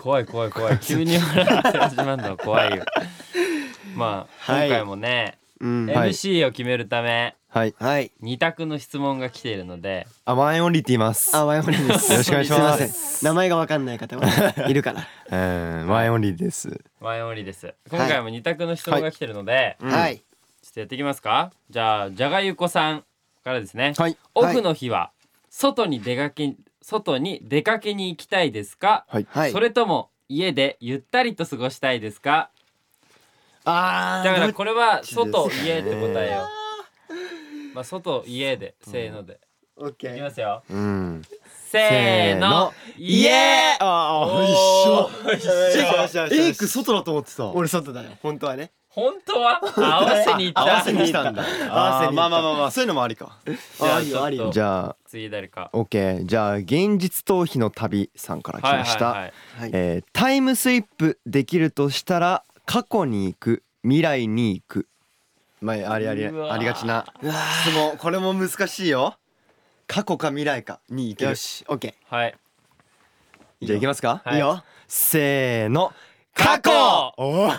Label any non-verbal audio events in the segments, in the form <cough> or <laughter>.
怖い怖い怖い急に笑って始まるのは怖いよまあ、はい今回もね、うんえはい MC を決めるためはいはい。二択の質問が来ているのであワンエンオンリーって言いますあ、ワイオリンです。よろしくお願いしますすいません。名前がわかんない方はいるから。うんワンエンオンリーですワンオンリーです今回も二択の質問が来てるので、はい。ちょっとやっていきますかじゃあじゃがゆこさんからですね、はいオフの日は外に出かけ外に出かけに行きたいですか、はいはいそ。れとも家でゆったりと過ごしたいですかあだーからこれはちですかね外家って答えようまあ外家でせーので、オッケいきー。ますようんせーの家あおー一緒エイク外だと思ってた俺外だよ。本当はね。本当は合わせに行った合わせに来たんだ合わせに行ったあーまあまあまあまあそういうのもありかじゃあありよありちょっよと。じゃあ次誰か OK じゃあ現実逃避の旅さんから来ました、いはい。えータイムスイップできるとしたら過去に行く未来に行くまあありありうわーありがちな質問これも難しいよ過去か未来かに行けるよし、オッケはいはいじゃあ行きますはか、いー。いいよ。せーの過去おー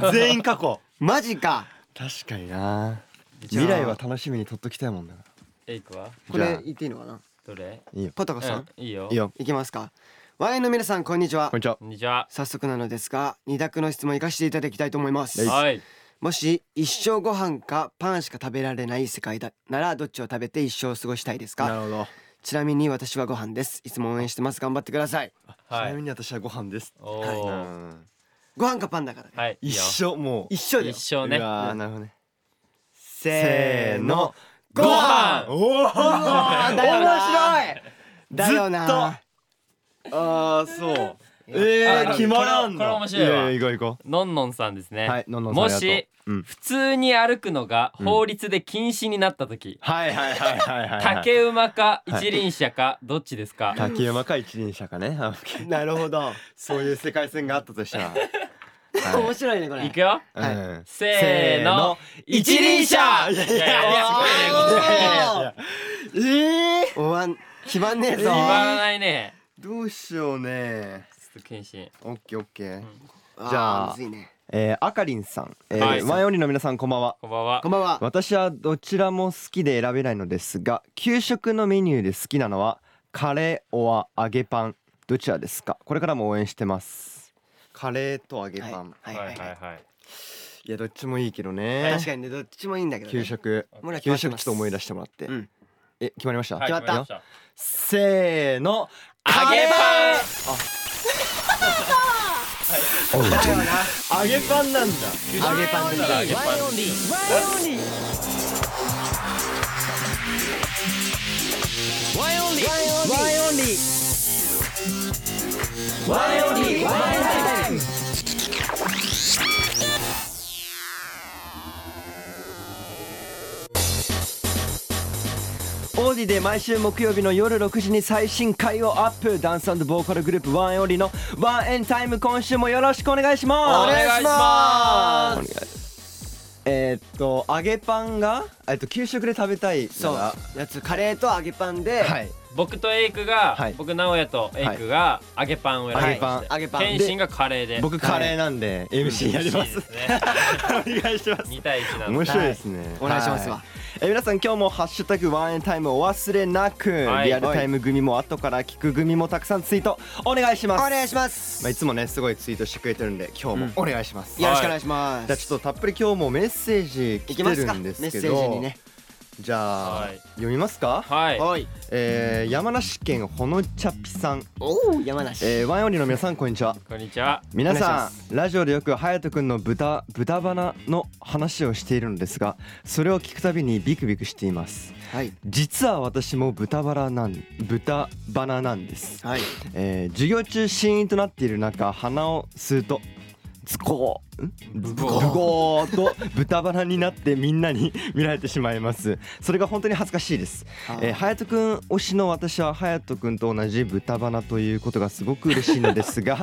おお。全員過去マジか。確かにな未来は楽しみにとっときたいもんだなエイクはこじゃれあ言っていいのかな。どれいいよポタコさんう。んいいよいいよいきますか。ワインの皆さんこんにちはこん。にちはこんにちは早速なのですが、二択の質問を生かしていただきたいと思います。はいもし一生ご飯かパンしか食べられない世界だならどっちを食べて一生を過ごしたいですかるほどちなみに私はご飯ですいつも応援してます頑張ってくださいちはないみに私はご飯ですおうーんご飯かパンだから、ねはいいい一よ生もう一緒だよ一生ねうわーなるほどねせーのご飯おおあーだよな面白いだよなああそうあえでもー、決まらんのこれこれ面白いわやや行こうのんのんさんですね行こうはいのんのんさんもありしがとううん普通に歩くのが法律で禁止になった時はいはいはいはいはいはい竹馬か一輪車かどっちですか竹山か一輪車かねあ OK なるほど、そういう世界線があったとした <laughs> ら面白いねこれいくよはいうんせーの一輪車いやいやいやあーえー、おわん決まんねえ決ぞ、まらないねどうしようねちょっと謹慎オッケーオッケー、あーじゃあむずいねえー、あかりんさん、えーはいワイオリンの皆さんこんばんはこんばんはこんばんは私はどちらも好きで選べないのですが給食のメニューで好きなのはカレーオア揚げパンどちらですかこれからも応援してますカレーと揚げはいはいはい、はいはいいやどっちもいいけどね確かにねどっちもいいんだけど、ね、給食もら決ま給食ってまちょすっと思い出してもらって、うんえ決まりました、はい決まった決ませーの揚げだよな揚げパンなんだパン揚げパンでいい揚げパンワインオンリーオーディで毎週木曜日の夜6時に最新回をアップダンスボーカルグループワンオリのワンエンタイム今週もよろしくお願いしますお願いしますお願いえーっと揚げパンがえっと給食で食べたいそうなやつカレーと揚げパンで、らはい僕とエイクが、はい僕直哉とエイクが揚げパンを選びまして、はい揚げパン謙信がカレーで僕カレーなんで MC やりまいいすでねお願いします2対1なの面白いですね、お願いしますわはえー皆さん今日も「ハッシュタグワンエンタイム」お忘れなく、はいリアルタイム組も後から聞く組もたくさんツイートお願いしますお願いしますまあ、いつもねすごいツイートしてくれてるんで今日もお願いします、やよろしくお願いします、じゃあちょっとたっぷり今日もメッセージい来てきまするかんメですッセけーどジにねじゃあ、はい読みますか、はいはいえー山梨県ほのちゃぴさん、おお山梨、えー、ワンオリの皆さんこんにちはこんにちは皆お願さいしんラジオでよく隼人君の豚豚鼻の話をしているのですがそれを聞くたびにビクビクしていますはい実は私も豚バラなん豚鼻なんですはいえー授業中シーンとなっている中鼻を吸うとズコーんブブゴーゴーと豚バラになってみんなに <laughs> 見られてしまいますそれが本当に恥ずかしいですえー、隼人くん推しの私は隼人くんと同じ豚鼻ということがすごく嬉しいのです <laughs> が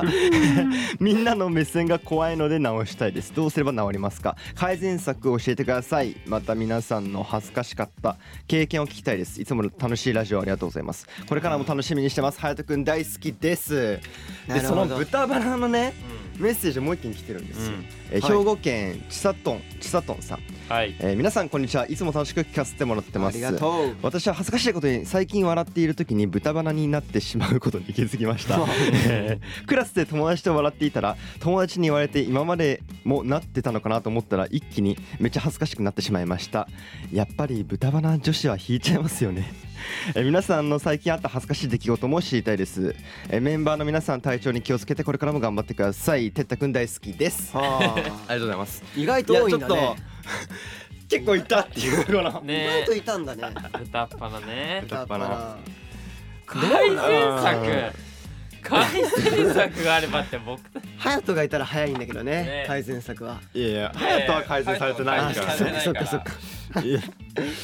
みんなの目線が怖いので直したいですどうすれば直りますか改善策を教えてくださいまた皆さんの恥ずかしかった経験を聞きたいですいつも楽しいラジオありがとうございますこれからも楽しみにしてます隼人くん大好きですなるでそほどの豚鼻のねうメッセージもう一件来てるんですよ、うんえーはい兵庫県ちさとんちさとんさん、んはいえー皆さんこんにちはいつも楽しく聞かせてもらってあますりがとう私は恥ずかしいことに最近笑っている時に豚鼻になってしまうことに気づきま <laughs> したえークラスで友達と笑っていたら友達に言われて今までもなってたのかなと思ったら一気にめっちゃ恥ずかしくなってしまいましたやっぱり豚鼻女子は引いちゃいますよねえー皆さんの最近あった恥ずかしい出来事も知りたいですえーメンバーの皆さん体調に気をつけてこれからも頑張ってくださいてったくん大好きですあはりがとうございますあ意外と多いんだいやちょねっと <laughs> 結構いたっていうこの意ね外といたんだね豚っ鼻ね豚っ鼻だ改う善策改善策があればって僕たちハヤトがいたら早いんだけどねね改善策はいやいや隼人は改善されてないからね改善されてないそっかいや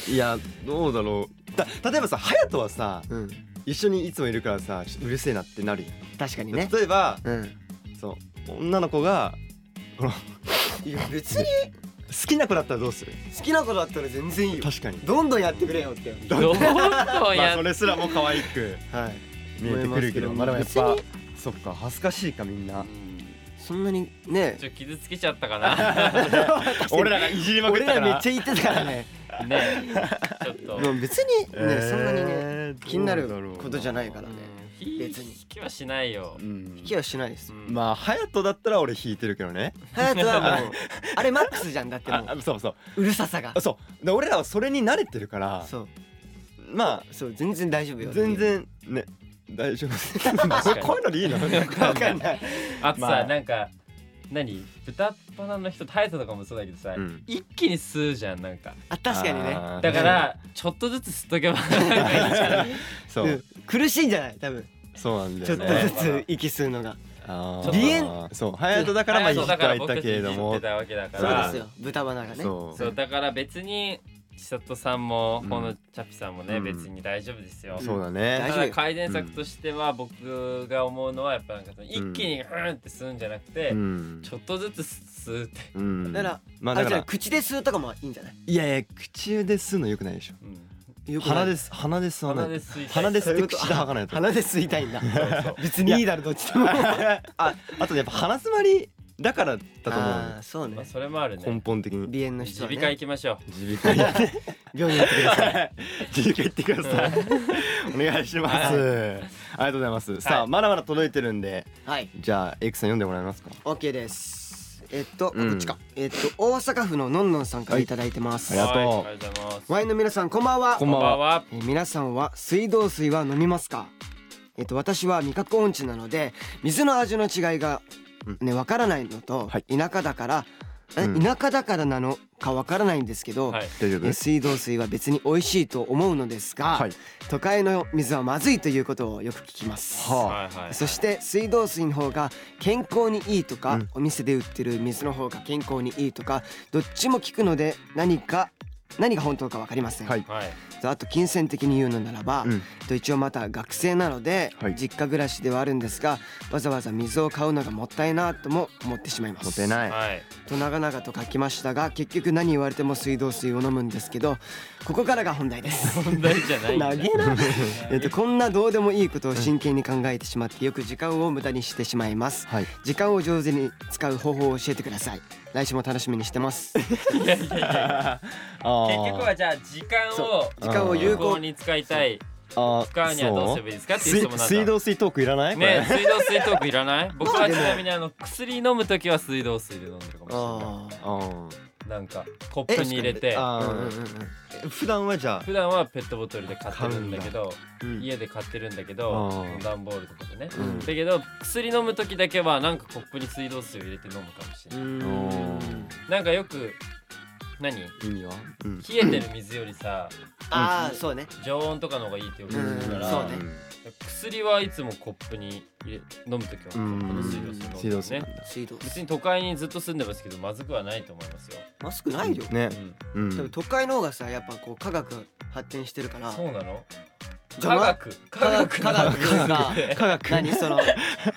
<laughs> いやどうだろうだ例えばさ隼人はさうん一緒にいつもいるからさちょっとうるせえなってなるよ、確かにね例えばうんそう女の子がこの好 <laughs> いや別にきな子だったらどうする好きなことだったら全然いいよ確かにどんどんやってくれよってどうとまあやそれすらも可愛くはい見えてくるけど思まいあでもまやっすけどぱそっか恥ずかしいかみんなそんなにねちょっと傷つけちゃったかな俺らがいじりまくっ俺たかららめっちゃ言ってたからねねちょっともう別にね、えーそんなにね気になるどうだろうことじゃないからねうん別に引きはしないようん引きはしないですうんまあ隼人だったら俺引いてるけどねハヤトはも <laughs> うあれマックスじゃんだってもあうそうそうるささがうそうで俺らはそれに慣れてるからそうまあそう全然大丈夫よ全然ね大丈 <laughs> 夫かにこういうのでいいのわかんない、あとさ、まあなんか何豚っ鼻の人タイトとかもそうだけどさ、うん一気に吸うじゃんなんかあ確かにねあーだからちょっとずつ吸っとけばなんかいいじゃんそう、うん苦しいんじゃない多分そうなんだちょよっとずねつ息吸うのがあちょっーと鼻そう隼人だからまあいいそ人うだからはい僕たたけちいれじどっもてたわけだかそそううらですよ豚鼻がねそうそうだから別に千里さんもうんこのチャピさんもね、うん別に大丈夫ですよ、そうだ大ねた丈夫だよ改善策としては僕が思うのはやっぱなんかその一うん気にうんって吸うんじゃなくて、うんちょっとずつ吸うって、うんだからまああだれかじゃあら口で吸うとかもいいんじゃないいやいや口で吸うのよくないでしょうんよくない鼻です鼻で吸わな鼻でい吸いたい鼻で吸そうっいうてこと口で吐 <laughs> かないと鼻で吸いたいんだそうそう別にいいだろどっちでもああとやっぱ鼻詰まりだからだと思うあーそうまあねそれもあるね根本的に鼻炎の人耳鼻は科ね行きましょう耳鼻科行って病院行ってください自由行ってください。お願いします。ありがとうございます。さあ、まだまだ届いてるんで、はいじゃあエイクさん読んでもらえますか。 OK ですえっと、うんこっちかえっと大阪府ののんのんさんからいただいてます、はいありがとうはいありがとうございますワインの皆さんこんばんはここんばんはえー皆さんは水道水は飲みますかえっと私は味覚音痴なので水の味の違いがねわからないのと、はい田舎だから、えうん田舎だからなのかわからないんですけど、はい大丈えー水道水は別に美味しいと思うのですが、はい。都会の水はまずいということをよく聞きます、ははいはいそして水道水の方が健康にいいとか、うんお店で売ってる水の方が健康にいいとかどっちも聞くので何か何が本当か分かりません、はい。はいあと金銭的に言うのならば、うんと一応また学生なので、はい実家暮らしではあるんですがわざわざ水を買うのがもったいなとも思ってしまいますモテない。はいと長々と書きましたが結局何言われても水道水を飲むんですけどここからが本題です問題じゃないんだ投げなえっとこんなどうでもいいことを真剣に考えてしまってよく時間を無駄にしてしまいますはい。時間を上手に使う方法を教えてください来週も楽しみにしてます <laughs> いやいやいやあー結局はじゃあ時間を時間を有有効効にに使いたいあー使うにはどうすればいいですかっていう質問なんだ水水道水トークいらない？これね水道水トークいらない僕はちなみにあの薬飲む時は水道水で飲んでるかもしれないああーなんかコップに入れてああうんうんうんーえ普段はじゃ普段はペットボトルで買ってるんだけどうん家で買ってるんだけあどー段ボールとかでねうんだけど薬飲む時だけはなんかコップに水道水を入れて飲むかもしれうないんあ。うんーなんかよく何冷意味は、うん、えてる水よりさああそうね常温とかの方がいいってよく言うかうんそら、うね薬はいつもコップに入れ飲むときはコップの水道水飲んでるね水道水なんだ水道水別に都会にずっと住んでますけどまずくはないと思いますよ。マスクないよ、ねう、ん、う多分ん、都会の方がさやっぱこう科学発展してるからそうなのじゃ科あ学科学科 <laughs> 学科学科学何その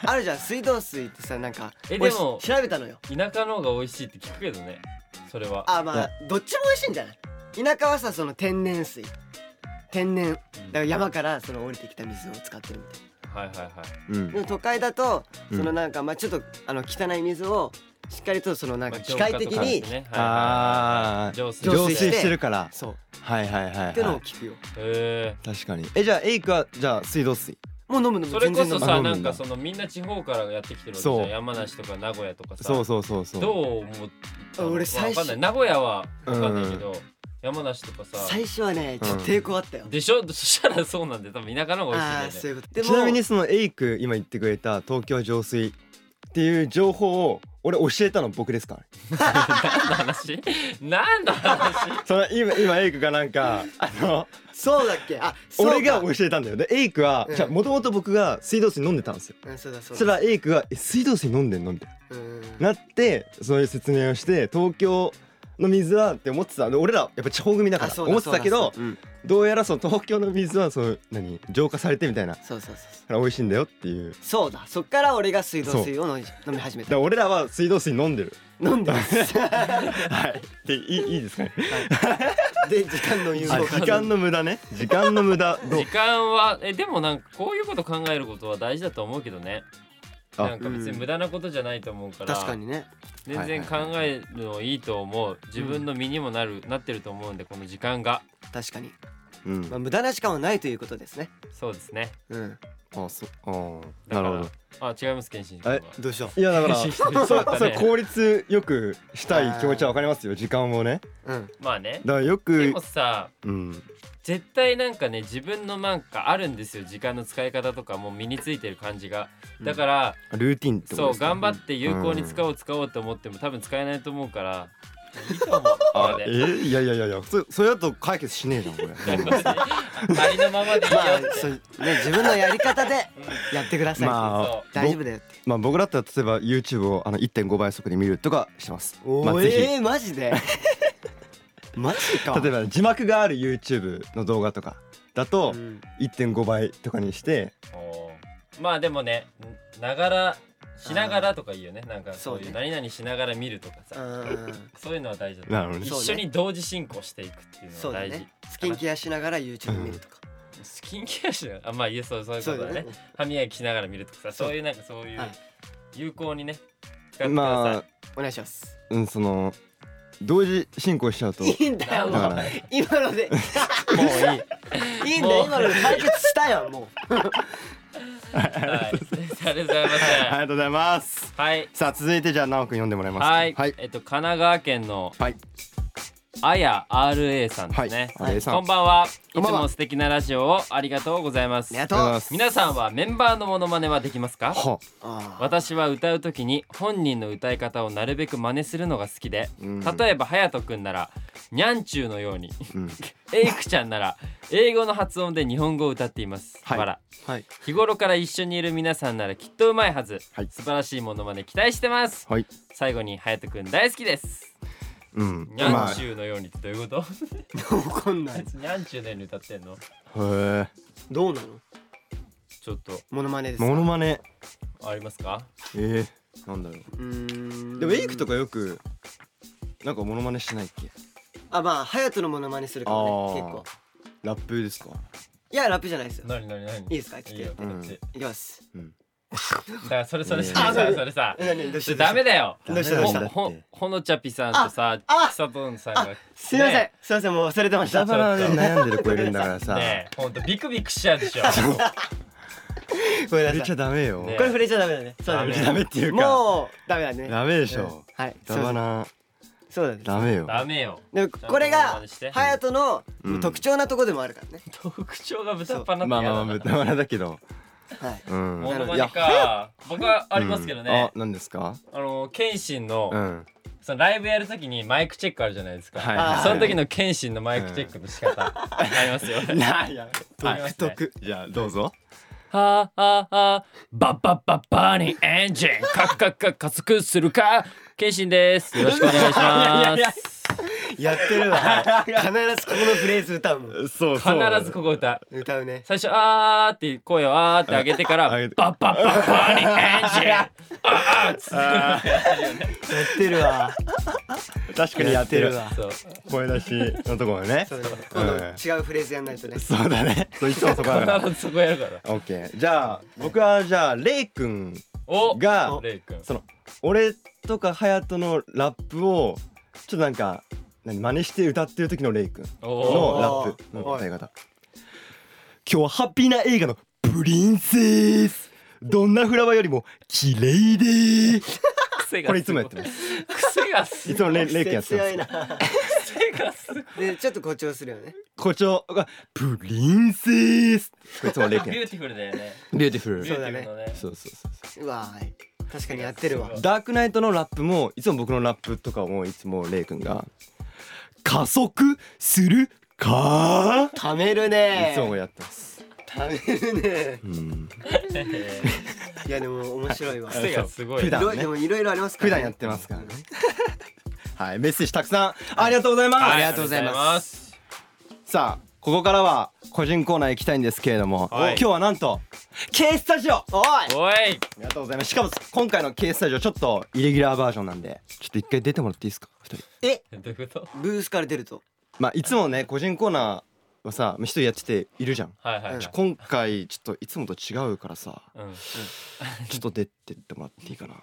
あるじゃん水道水ってさなんかえ俺でも調べたのよ田舎の方が美味しいって聞くけどねそれは。あまあどっちも美味しいんじゃない田舎はさその天然水天然だかうんら山からその降りてきた水を使ってるみたはいいはいはい。うなんでも都会だとうそんのなんかまあちょっとあの汚い水をしっかりとそのなんまかあ機械的にあー浄化とかですねはいはいはいはい浄浄水水して。してるからそうはいはいはい、ってのはを聞くよへい、確かにえじゃあエイクはじゃあ水道水もう飲むのーそもれ全こ然飲そむさ飲むんだなんかそのみんな地方からやってきてるわけじゃそんう山梨とか名古屋とかさそうそうそうそうどう思ったの俺最初わかんない名古屋はわかんないけど、山梨とかさ最初はねちょっと抵抗あったよ、でしょそしたらそうなんで多分田舎の方が美ああ味しいんだよねそういうことでもちなみにそのエイク今言ってくれた東京浄水っていう情報を俺教えたの僕ですからね何の話何の話その今今エイクがなんか <laughs> あのそうだっけあそうか俺が教えたんだよでエイクはうんじゃもともと僕が水道水飲んでたんですようんそうだそそうしただらエイクが「え水道水飲んでんの?」みたいうんななってそういう説明をして東京の水はって思ってたで俺らやっぱ地方組だかあらそう思ってたけどそうだどうやらその東京の水はそう何浄化されてみたいなだかそう,、うん、そうそうそうそうら美味しいんだよっていうだかそうだそっから俺が水道水を飲み飲み始めたら俺らは水道水飲んでる飲んでますはいでいいいいですかねで時間の有あ効時活間用の無駄ね時間の無駄どう時間はえでもなんかこういうこと考えることは大事だと思うけどねあなんか別に無駄なことじゃないと思うから、確かにね全然考えるのいいと思う自分の身にもなる、なってると思うんでこの時間が確かに、うんまあ、無駄な時間はないということですねそうですねうんあそうだあーかならるほどあ違います健信君はえどうしよいやだからしそてしまったねうそう効率よくしたい気持ちはわかりますよ時間をねううんまあねだからよでくもさうん絶対なんかね自分のなんかあるんですよ時間の使い方とかもう身についてる感じがだから、ルーティンってことそでうすか頑張って有効に使おう使おうと思っても多分使えないと思うからいいと思 <laughs> うあこえれでいやいやいやいやそそれだと解決しねえじゃん <laughs> これありのままでいいよまあって、そう、ね、自分のやり方でやってください、まあそう大丈夫だよってまあ僕だったら例えば YouTube をあの1.5倍速で見るとかしますまあおぜひえー、マジで <laughs> マジか例えば字幕がある YouTube の動画とかだとうん1.5倍とかにしておーまあでもねんながらしながらとかいいよねなんかそういそうう何々しながら見るとかうさんそういうのは大事だとなるほどね一緒に同時進行していくっていうそのうはだ大事、ねスキンケアしながら YouTube 見るとか、スキンケアしながらあまあいえそうそういうこそうとだだよねね歯磨きしながら見るとかさそうそういうなんかそういうはい有効にね使ってくだ <laughs> さい、まあお願いしますうんその同時進行しちゃ <laughs> うといいんだよもだかうら今 <laughs> のでもういい、はい、いいんだもよう今ので解決したよもうありがとうございますありがとうございますはいさあ続いてじゃあ直くん読んでもらいますかはい、はいえっと神奈川県のはいあや RA さんですね、はい RA さんこんばんはこいんばつんはも素敵なラジオをありがとうございますあありがりがとうございとまうす皆さんはメンバーのモノマネはできますかはあ私は歌う時に本人の歌い方をなるべく真似するのが好きで、うん例えば隼人くんなら「にゃんちゅう」のように <laughs> うんエイクちゃんなら英語の発音で日本語を歌っています、はいわらはい日頃から一緒にいる皆さんならきっとうまいはず、はい素晴らしいモノマネ期待してますはい最後に隼人くん大好きですうんにまゃあんちゅうのようにってどういうことあわかんないにゃんちゅうのように歌ってんのへえどうなのちょっとモノマネですかモノマネありますかええなんだろううーんでもエイクとかよくなんかモノマネしてないっけあまあ隼人のモノマネするからね結構ラップですかいやラップじゃないですよ何何何いいですかい聞いいてよ、こっちうんいきますだからそれそれそれいやさいやそれさえ何どうしちたょダメだよどうしたダどうメしなんだたほってほのちゃぴさんとさああちさとんさんがすいません、ねすいませんもう忘れてまし豚たバラで悩んでる子いるんだからさねえほんとビクビクしちゃうでしょ触れごめんなさいちゃダメよねこれ触れちゃダメだねそうだダメねダメっていうかもうダメだねダメでしょうんはい豚バラそうだねダメよダメよでもこれが早隼人のうん特徴なとこでもあるからね、特徴が豚っ鼻ってまあやまだあまあな豚バラだけどはいうんモノマいネやか僕はありますけどね、うんあ、何ですか？あの謙信の、うん。そのライブやるときにマイクチェックあるじゃないですか、はいあーその時の謙信のマイクチェックの仕方、 <laughs> ありますよなや。はい独特じゃあどうぞ。はあはあはあバッバッバッバーニーエンジンカッカッカッ加速するか謙信ですよろしくお願いしまいやいやすやってるわ必ずここのフレーズ歌うも <laughs> んそう必ずここ歌う歌うね最初あーって声をあーって上げてからあバ上げッてバッバッバーニーエンジンあーっつってやってるわ確かにややっっててるるわそう声出しのところねそうね今度違うフレーズやんないとねそうだねそういつもそこだから必ずそこやるからオッケーじゃあ僕はじゃあレイくんおがレイ君その俺とか隼人のラップをちょっとなんか何真似して歌ってる時のレイくんおーおのラップのは歌いい方今日はハッピーな映画のプリンセスどんなフラワーよりも綺麗でー癖がこれいつもやってるます癖がすごいいつも <laughs> レイレイくんやってま強すいな癖がすごいでちょっと誇張するよね誇張がプリンセスこれいつもレイくんビやュっーティフルだよねビューティフルビューティフルのねそうそうそうそううわはい確かにやってるわダークナイトのラップもいつも僕のラップとかもいつもレイくんが加速するかためるねいつもやってます。ためるねうん、いやでも面白いわ癖がすごい普い段ろいろねでもいろいろありますか普らね段やってますからね。はい、メッセージたくさんありがとうございます。はいありがとうございますさあ、ここからは個人コーナー行きたいんですけれども、はい今日はなんと K スタジオ。あおいおいりがとうございます。しかも今回の K スタジオちょっとイレギュラーバージョンなんで、ちょっと一回出てもらっていいですか、二人。えどういうことブースから出るとまあいつもね個人コーナーはさ、一人やってているじゃん。はいはいはいちょ今回ちょっといつもと違うからさうんちょっと出てってもらっていいかな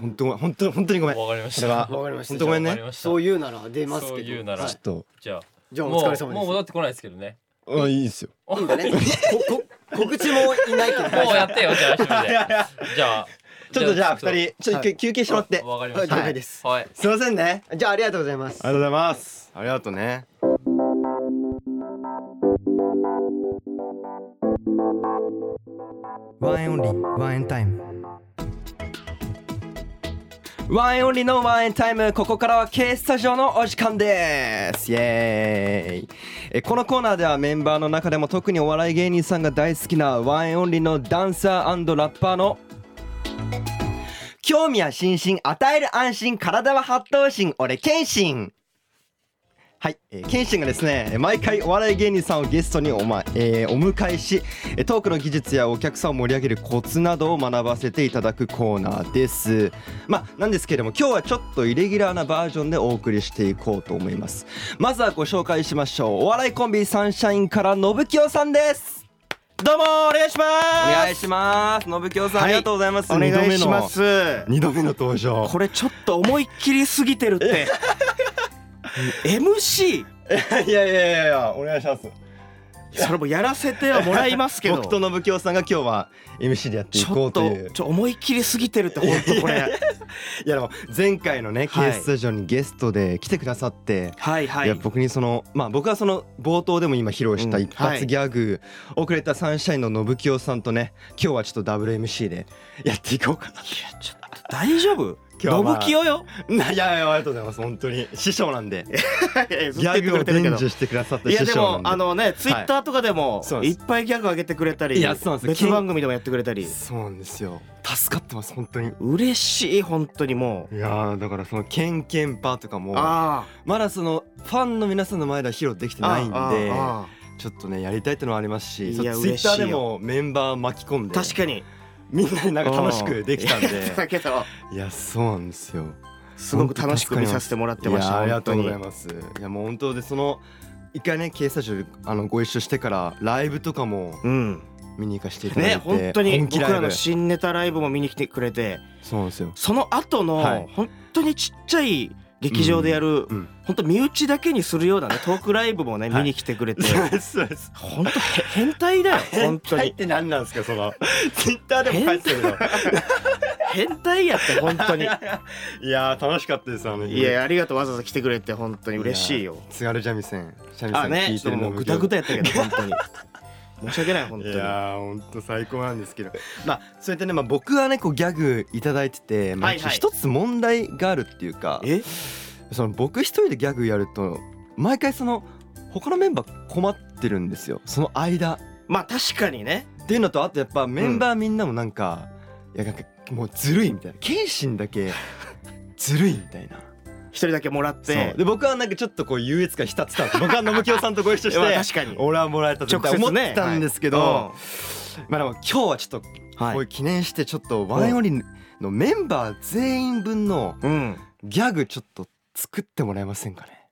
本当ごめん本当本当にごめんわかりましたこれはわかりました本当ごめんわねかりましたそう言うなら出ますけどそう言うならはちょっとじゃあじゃあもお疲れう様もうで戻ってこないですけどねあいいですよすいいんだねここ告知もいないけどもうやってよじゃあ一人いやいや <laughs> でじゃあちょっとじゃあ二人ちょっと一は回休憩してもらってわかりまはしいた了解ですはいすいませんねじゃあありがとうございますありがとうございますありがとうねワンエンオンリーワンエンタイムワンエンオンリーのワンエンタイムここからは K スタジオのお時間ですイエーイえこのコーナーではメンバーの中でも特にお笑い芸人さんが大好きなワンエンオンリーのダンサーラッパーの興味は心身与える安心体は発動心俺謙信はい、えー、謙信がですね毎回お笑い芸人さんをゲストにお,、まえーお迎えしえートークの技術やお客さんを盛り上げるコツなどを学ばせていただくコーナーですまあなんですけれども今日はちょっとイレギュラーなバージョンでお送りしていこうと思いますまずはご紹介しましょうお笑いコンビサンシャインから信清さんですどうもお願いしますお願いします信清さん、はいありがとうございますお願いしま二度目のす二度目の登場これちょっと思いっきりすぎてるって MC <laughs> いやいやいやいやお願いしますそれもやらせてはもらいますけど僕と信清さんが今日は MC でやっていちこょうっとというちょ思いっきりすぎてるって本当 <laughs> これいやでも前回のねはい K スタジオにゲストで来てくださって、、はいはいいや僕にそのまあ僕はその冒頭でも今披露したうん一発ギャグをくれたサンシャインの信清さんとね今日はちょっとダブル MC でやっていこうかな大丈夫今日はまあ信清よいやいやありがとうございます本当に師匠なんでギギャグを伝授してくださったいや師で匠もなあんでのねツイッターとかでもそうでいっすぱいギャグ上げてくれたりいやそうなんです別番組でもやってくれたりそうなんですよ助かってます本当に嬉しい本当にもういやーだからそのケンケンパーとかもあまだそのファンの皆さんの前では披露できてあないんでああああちょっとねやりたいってのはありますしいツイやッター嬉しでいもメンバー巻き込んで確かにみんなになんか楽しくできたんでだけどいやそうなんですよすごく楽しく見させてもらっていましたやありがとうござい本ますいやもう本当でその一回ね警察署あのご一緒してからライブとかも当にうん見に行かせていただいねて本当に本気僕ラらイブの新ネタライブも見に来てくれてそうなんです <laughs> よその後はいの本当にちっちゃい劇場でやるうん本当身内だけにするようなねトークライブもねはい見に来てくれてそうですそうです本当へ <laughs> 変態だよ本当入っにて何なんですかそのツイッターでも書いてるけど変態やって本当にいやー楽しかったですあの日 <laughs> いやありがとうわざわざ来てくれて本当に嬉しいよ津軽三味線三味あ線ね聞いちてょっるとものうグダグダやったけど本当に申し訳ない本当にーほんと最高なんですけどまあそうやってね、まあ、僕はねこうギャグいただいてて、まあ、はいはい一つ問題があるっていうかえその僕一人でギャグやると毎回その他のメンバー困ってるんですよその間まあ確かにねっていうのとあとやっぱメンバーみんなもなんか、いやなんかもうずるいみたいな謙信だけずるいみたいな。一人だけもらっそうてで僕はなんかちょっとこう優越感浸ってたんです僕は信清さんとご一緒し <laughs> まあて確かに俺はもらえたと直接ね思ってたんですけど、まあでも今日はちょっとはこういう記念してちょっとワンオリンのメンバー全員分のうんギャグちょっと作ってもらえませんかね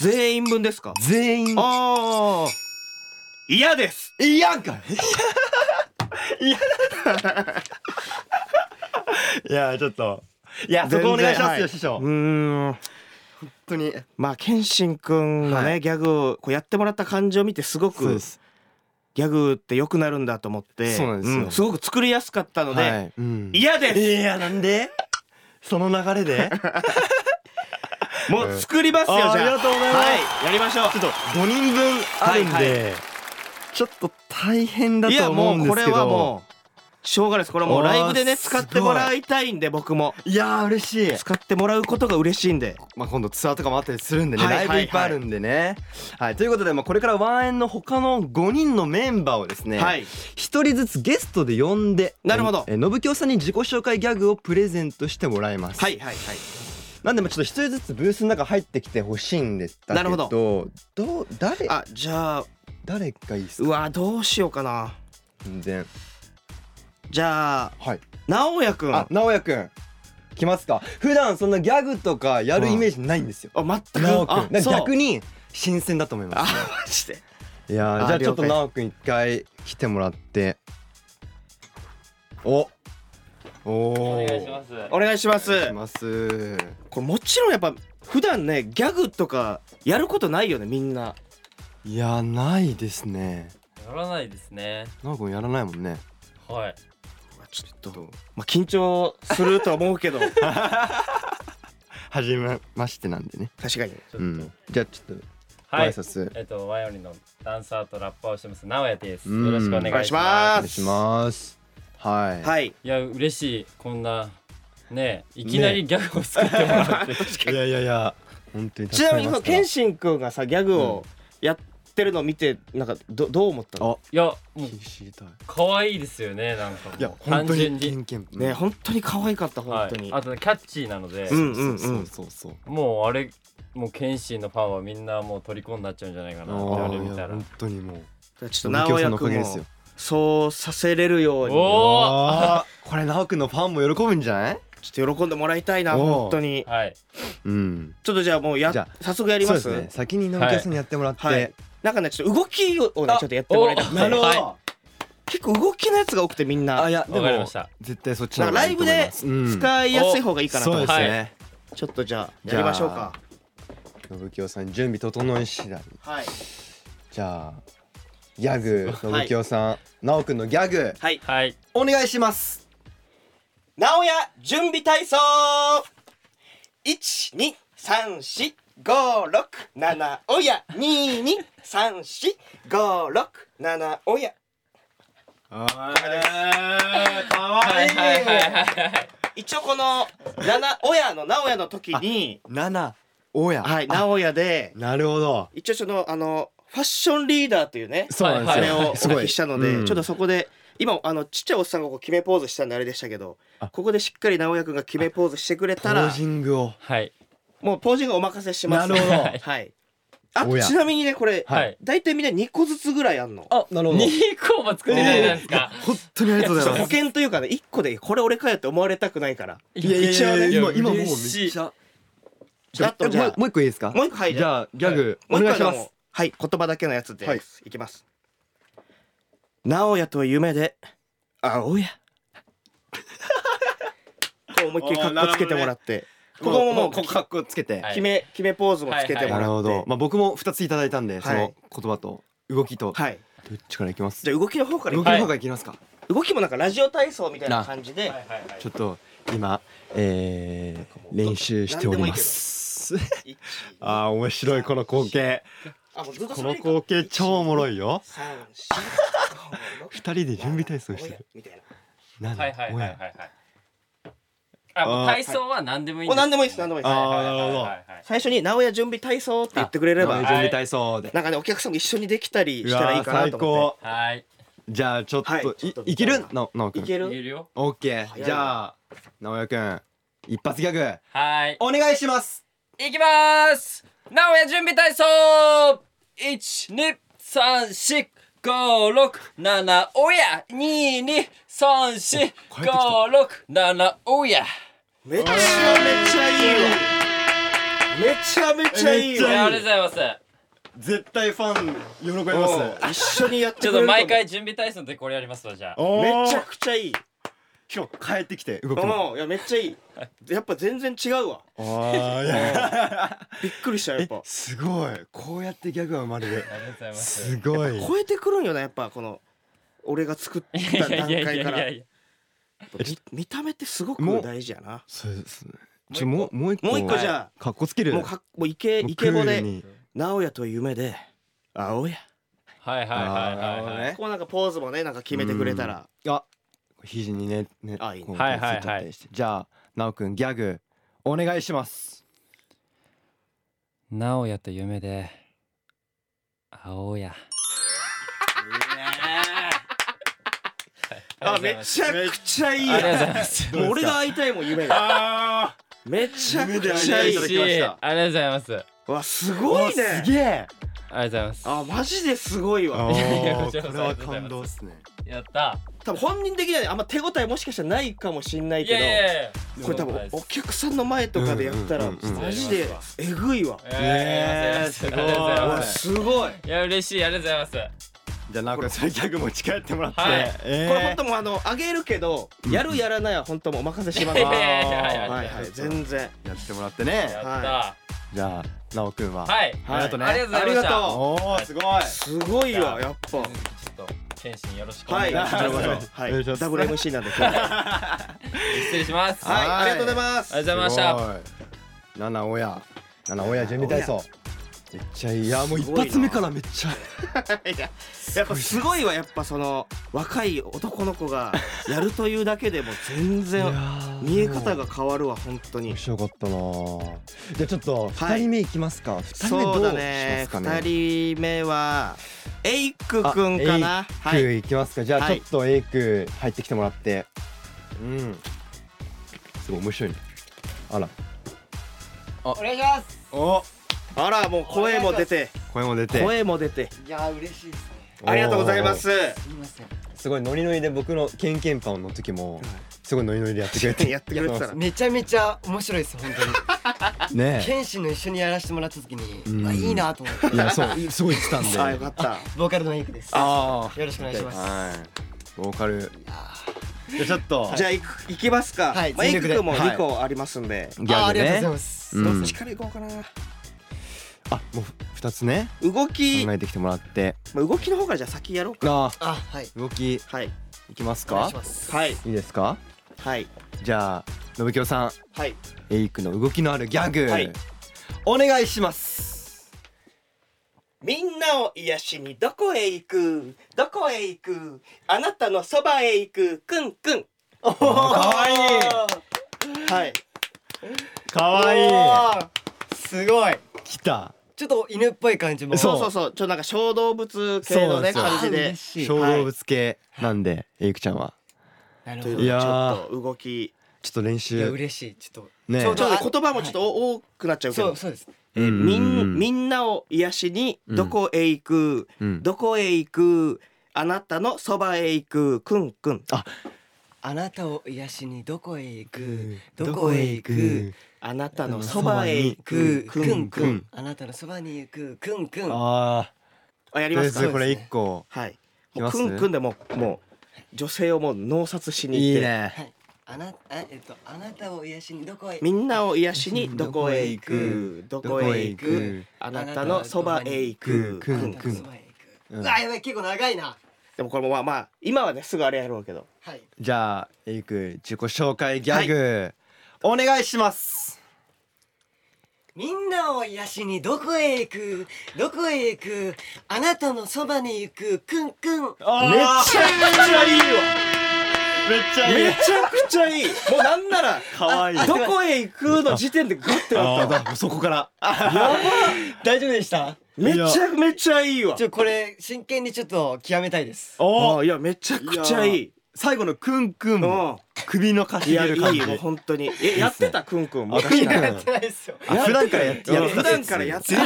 全員分ですか全員ああ嫌ですいやんかいやいやちょっといやそこお願いしますよ、全然はい師う匠本ーん当にまあ謙信くんのね、はいギャグをこうやってもらった感じを見てすごそうくですギャグって良くなるんだと思ってそうなんですよすごく作りやすかったので、いうん嫌ですいやなんでその流れでもう作りますよじゃあーあありがとうございますはいやりましょうちょっ5人分あるんで、はいちょっと大変だいとや思もうんうですこけれどはもうしょうがないですこれはもうおーライブでねす使ごいってもらいたいんで僕もいやー嬉しい使ってもらうことが嬉しいんでまあ、今度ツアーとかもあったりするんでね、はいはいライブいっぱいあるんでね。はい、ということで、まあ、これからワンエンの他の5人のメンバーをですね、はい一人ずつゲストで呼んで、なるほどえー信京さんに自己紹介ギャグをプレゼントしてもらいます。はいはいはいなんで、まあちょっと一人ずつブースの中入ってきてほしいんですけど、なるほどう誰あじゃあ誰がいいですうかわどうしようかな全然。じゃあはい。直哉くんあ、あ直哉くん。来ますか普段そんなギャグとかやるイメージないんですよ。全く直哉くん。だあかそうら逆に新鮮だと思います。あマジいでやあーーじゃあちょっと了解奈くん一回来てもらっておおおー願いしますお願いしまお願いすしますこれもちろんやっぱ普段ねギャグとかやることないよねみんないやーないですねやらないですね奈くんやらないもんねはいちょっとまあ緊張するとは思 <laughs> うけど確初めましてなんでねかにちょっと、うんじゃあちょっとごは挨い拶、えっとワイオリンのダンサーとラッパーをしてます直哉ですうんよろしくお願いしお願まいすしいまお願いしますはい、はいや嬉しいこんなねえいきなりギャグを作ってもら <laughs> って、い、やいやいや本当にちなみにその健謙信くんがさギャグをやってるのを見てなんかどどう思ったのあいやもう知りたい可愛いですよねなんかもういや本単当純にに、ケンケンね本当に可愛かったは本当い、にあとねキャッチーなので、うんそうそうそうそうもうあれもう謙信のファンはみんなもう虜になっちゃうんじゃないかなってああれー見いたやら本当にもうちょっと信直京さん哉のおかくげんですよもそうさせれるようにおお <laughs> これ直くんのファンも喜ぶんじゃないちょっと喜んでもらいたいなおー本当にはいうんちょっとじゃあもうやじゃ早速やりますそうですね先に直樹さんにやってもらって、はいなんかねちょっと動きをねあちょっとやってもらいたおくなてるほど結構動きのやつが多くてみんあないやでわかりまもした絶対そっちのなん方かがラいイいとブ思いでます使いやすい方がいいかなとうん、そう思っでてすはいねちょっとじゃあやりましょうか信京さん準備整い次第はいじゃあギャグはい信京さん、直くんのギャグはいはいお願いします直哉準備体操一二三四五六七おや二二三四五六七おやかはいはいはいはい一応この七おやの直哉の時に七おやはいあ直哉でなるほど一応そのあのファッションリーダーというねそうなんではすあいよ、れをおすご聞いきしたので、うんちょっとそこで今あのちっちゃいおっさんがこう決めポーズしたんであれでしたけどあここでしっかり直哉くんが決めポーズしてくれポたらージングをはいもうポージングお任せします、なるほどはい。あおやちなみにねこれ、ははいい大体みんな2個ずつぐらいあんの。あなるほど2個も作ってないじゃないですか、本当にありがとうござい保ます険というかね1個でこれ俺かよって思われたくないから。いやいやいやいやいや今今もうめっ嬉しいちゃちょっとじゃあもうもう一個いいですかもう一個はいじゃあギャグもおう一願個はいしまあすのはい言葉だけのやつで、はいい、きます。直哉と夢で青や。こう思いっきりカッコつけてもらって、ここももうここかっこつけてはい決め決めポーズもつけてもらって。なるほどまあ僕も二ついただいたんでいその言葉と動きとはい。どっちからいきますじゃあ動きの方からい動くきの方がいきますか動きもなんかラジオ体操みたいな感じはでいはいはいちょっと今えー練習しております一あー面白いこの光景あもうずっとこそのれ光景超おもろいよ三四五六二人で準備体操してるみたいななんだはいはいはいはいおやはい。あ、もうあー体操は何でもいいもう何でもいいです何でもいいですあーはいはいはいはいはい最初に「名古屋準備体操」って言ってくれれば準あ備体操でなんかねお客さんも一緒にできたりうしたらいわいーかな最と思っ高はい。じゃあちょっとはいちょっといいけるななおてくいんけ言るえるよ。オッケ早いーじゃあ直哉くん一発ギャグはい。お願いしますいきます名古屋準備体操 !1,2,3,4,5,6,7おや !2,2,3,4,5,6,7 おやめちゃめちゃいいわめちゃめちゃいいいめっちゃいいわやありがとうございま絶対ファン喜びうん一緒にやっす。ちてょっとくれると思毎う回準備体操の時これやりますわ、じゃあ。おめめちちゃゃくちゃいい今日帰ってきて動くのうんいやめっちゃいいやっぱ全然違うわあーいやびっくりしたやっえぱすごいこうやってギャグは生ま <laughs> れるありがとうございます。すごい超えてくるんよなやっぱこの俺が作った段階からいや。み見た目ってすごくもう大事やなそうですねちょもうもう一個もう一個じゃかっこつけるもうかもうイケもうイクーケルボでに「直哉と夢で青やはいはいはいはいはい。あーこうなんかポーズもねなんか決めてくれたらあ肘にねねあいいねこうはいはいはいつちゃったりしてじゃあなおくんギャグお願いします直哉と夢で青やあめちゃくちゃいいありがとうござやいますもう <laughs> 俺が会いたいもん夢があめちゃく夢でちゃ会いいいただき嬉ましいしたありがとうございますわすごいすねげえありがとうございますあマジですごいわあいやこちらこそーこれは感動っすねやった多分本人的にはねあんま手応えもしかしたらないかもしんないいやいけやいやどこれ多分お客さんの前とかでやったらうんうんうんうんマジでえぐいわえー、ありがとうございうんまわすすごいいや嬉しいありがとうございますじゃあなおくんそれギャグ持ち帰ってもらってはいえーこれ本当もうあのあげるけどやるやらないは本当もうお任せしま <laughs> すいはやいやいやはいはいいはい全然やってもらってねやったじゃあなおくんははいありがとうねありがとうございましたありがとうおおすごいすごいわやっぱちょっと謙信よろしくおは願いいしこますちらこそはお願いいしますダブル MC なんで今日は失礼しますはいありがとうございますありがとうございましたした七親七親準備体操めっちゃいいいやもう一発目からめっちゃいややっぱすごいわやっぱその若い男の子がやるというだけでも全いや然ー見え方が変わるわ本当に面白かったなぁじゃあちょっとは二い人目いきますか二人目そうどだうしまねすかね二人目はエイクくんかなあエはイいクいきますかじゃあはちょいっとエイク入ってきてもらってうんすごい面白いねあらお願いしますおあらもう声も出て声も出て声も出ていやー嬉しいですねありがとうござ <laughs> いますすみませんすごいノリノリで僕のケンケンパンの時もすごいノリノリでやってくれてやってくれてたらめちゃめちゃ面白いです本当に <laughs> ね剣士の一緒にやらせてもらった時に、んあ、いいなと思っていやそうすごい <laughs> 言ってたんであよかったボーカルのエイクですよあろしくお願いしますはいボーカルじゃあちょっとじゃあいく行きますかはいまあエイ全力クでくんも2個ありますんでギあーャあグりがとうございねます、うんどっちから行こうかなあもう二つね動き考えてきてもらってまあ動きの方からじゃあ先やろうかああはいー動きはいいきますお願いかしますはいいいですかはいじゃあのぶきろさんはいエイクの動きのあるギャグ、はいお願いしますみんなを癒しにどこへ行くどこへ行くあなたのそばへ行くくんくんかわいはいいかわいすごいい来たちょっと犬っぽい感じもそそううそうそうちょっとなんか小動物系のねそうなん感じで嬉しい小動物系なんで、エイクちゃんはなるとほいどうこといでやちいやーょっと動きちょっと練習嬉しいちょっねちょっと言葉もちょっと多くなっちとゃうけそどうそうですえーみうんうんんみんなを癒しにどこへ行くうんどこへ行くあなたのそばへ行くくんくんあなたを癒しにどこへ行くどこへ行くあなたのそばへ行くくくくんんくくんんあなたのそばに行くくんくんああやーりとりあまえすずかこれ一個はいきもうますくんくんでもうもう女性をもう脳殺しにいい行ってねあなあえっとあなたを癒しにどこへみんなを癒しにどこへ行くどこへ行どこへく行くあなたのそばへ行くくくあんなんたくのんそばへ行うくんうわやばい結構長いなでもこれもまあまあ今はねすぐあれやろうけどはいじゃあエイク自己紹介ギャグ、お願いしますみんなを癒しにどこへ行くどこへ行くあなたのそばに行くくんくんあーめっちゃめっちゃいいわめっちゃめちゃくちゃいいもうなんなら可愛いどこへ行くの時点でグッてなったわあそこから大丈夫でしためちゃめちゃいいわちょこれ真剣にちょっと極めたいですあーいやめちゃくちゃいい最後のクンクンうん首のかいしやげいるい感じよ本当にえやってたくんくんもあ確かにないですよあ普段からやってうんや普段からやっててる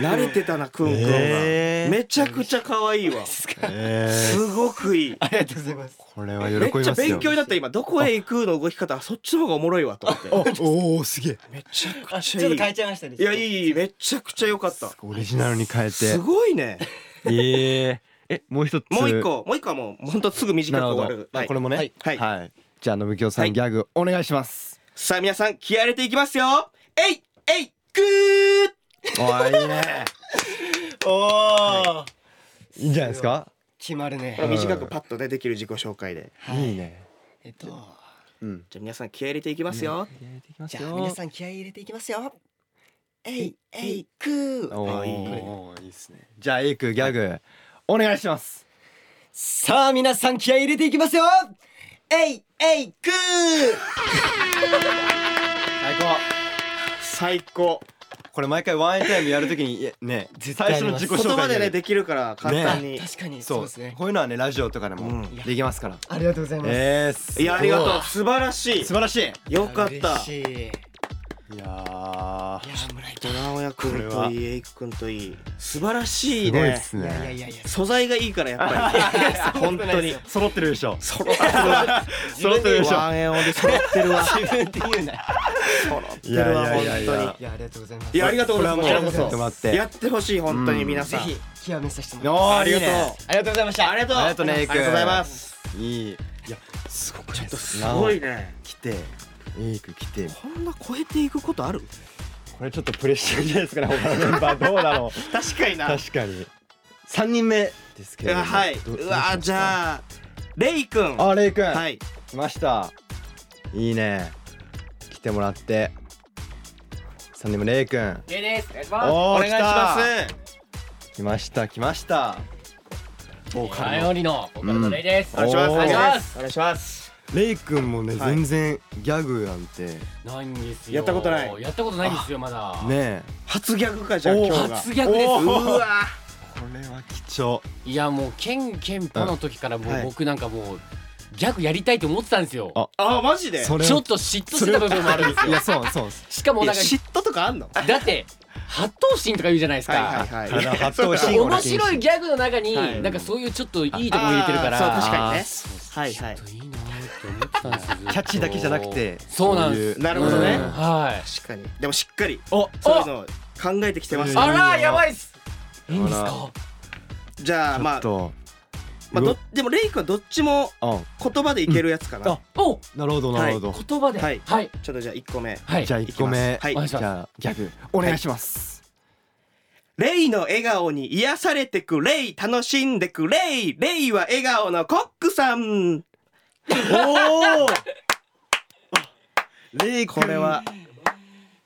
慣れてたなくんくんがへーめちゃくちゃ可愛いわすたえーごくいいありがとうございますこれはめ喜っびちゃます勉よ強になった今どこへ行くの動き方そっちの方がおもろいわと思っておおすげえめちゃくちちゃょっいと変えいちゃいましたねいやいいめちゃくちゃ良かったオリジナルに変えてすごいねえええもう一つもう一個もう一個はもう本当すぐ短なくるほ終どわるまあこれもはねいはいはいじゃあ信京さはんいギャグお願いしますさあ皆さん気合入れていきますよえいえいグーおいいいねおおいいんじゃないですか決まるねこれ短くパッとねできる自己紹介でいいねえっとうんじゃあ皆さん気合入れていきますよじゃあ皆さん気合い入れていきますよえいえいくーおあいいーいいですねじゃあエイクギャグお願いしますさあ皆さん気合い入れていきますよえいえいくー最高最高これ毎回ワンエンタイムやるときにいやね最初の自己言紹葉介でねできるから簡単に確かにそそううでですすねねこういうのはねラジオとかでもうんできますからありがとうございますえーすいやありがとう素晴らしい素晴らしいよかった嬉しいいいややー村井ドラオヤくんことれいいエイクくんといい素晴らしすいごいでねすいやいやねいやいや素材がいいからやっぱり本当に揃ってるでしょ揃って揃ってるでるしょワンエンオで揃ってるわ自分で言うな揃ってるわいやいやいやいやい本やありがとうございま当にいやありがとうございますこれはもうこちらこちょっと待っそてやってほしい本当に皆すさぜんひ極めさせてもらいまおーありがとうすありがとうございましたありがとうありがとうねエイクありがとうございますいいいやすごくちょっとすごいね来てエイク来てこんな超えていくことあるこれちょっとプレッシャーじゃないですかね他のメンバーどうだ <laughs> ろう確かにな確かに三人目ですけれどもはい。どうわじゃあレイくん。あレイくんはい。来ましたいいね来てもらって三人目レイくんレイですお願いしおまおー願いしま来ました来ましたボーカルの頼りのボーカルのレイですす。お願いします。おーお願いします。お願いします。レイくんもね、はい全然ギャグなんてねないんですよやったことないやったことないんですよまだえ初ギャグかじゃあ今おー日が。初ギャグですおうーわこれは貴重いやもうケンケンパの時からもはうい僕なんかもうギャグやりたいと思ってたんですよああマジで。それちょっと嫉妬してた部分もあるんですいよやそうそうしかもいなやんか嫉妬とかあんの？だって八頭身とか言うじゃないですか、はいはいはい。体発動し面白いギャグの中に、はいなんかそういうちょっといいとこ入れてるからあーそう確かにねあーはいはいちょっといいなーって思ってたんですよずっとキャッチーだけじゃなくてそうなんでこういすうなるほどねうんはい確かに。でもしっかりおそういうのを考えてきてます。あらーやばいっすいいいいんんでですすかかじゃあまあちょっまあどでもレイくんはどっちもとあ言葉でいけるやつかな。うんはあおなるほどなるほど、言葉ではいい。はい、ちょっとじゃあ一個目。はい、じゃあいきます1個目、はいお願いしじますゃあギャグお願いします、レイの笑顔に癒されてくレイ楽しんでくレイレイは笑顔のコックさん <laughs> おおレイ君これは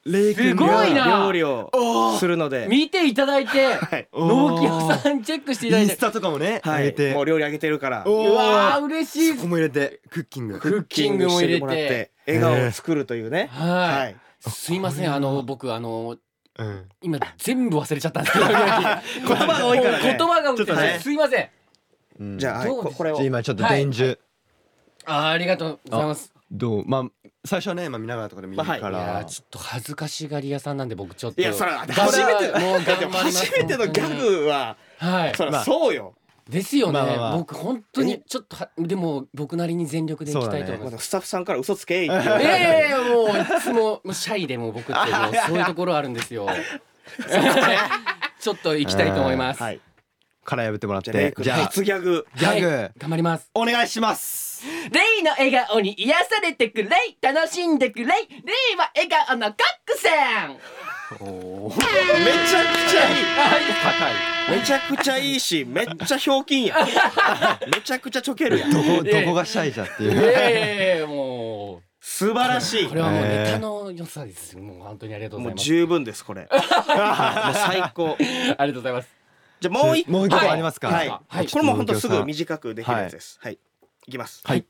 レイ君がすごいな料理をするので見ていただいてはいお農ー協さんチェックしていただイいンてスタとかもね、は上げいてもう料理あげてるからおうわーー嬉しいっそすこも入れてクッキングクッキングも入れクッキングしてもらってて笑顔を作るというねはい、はいすいませんあの僕あのうん今全部忘れちゃったんです <laughs> けど言言葉が多いからね葉が多ちょくっとて、ねすいませんうんじゃあはいどうここれをじゃあ今ちょっと伝授、あーありがとうございますどうまあ最初はね、まあ、見ながらとかでもいいから、まあいやーちょっと恥ずかしがり屋さんなんで僕ちょっといやそら頑張初めてもう頑張でりもます初めてのギャグははいそまらあそうよですよね、まあまあまあ僕本当にちょっとはでも僕なりに全力でいきたいと思いまます、だスタッフさんから嘘つけいって言われてええもういつももうシャイでもう <laughs> 僕ってもうそういうところあるんですよちょっと行きたいと思います、はい殻破ってもらっじゃあレイて君じゃあ初ギャグギャグ、はい頑張りますお願いしますレイの笑顔に癒されてくレイ楽しんでくレイレイは笑顔のコックさんめちゃくちゃいい高いめちゃくちゃいいしめっちゃひょうきんや <laughs> めちゃくちゃちょけるやんどこどこがシャイじゃっていうええもう素晴らしいこれはもうえーネタの良さですよ。もう本当にありがとうござもいうます。十分ですこれもう最高ありがとうございます。じゃあもう一個もう一個はいありますかはいはいこれも本当すぐ短くできるやつですはい、い、きますはい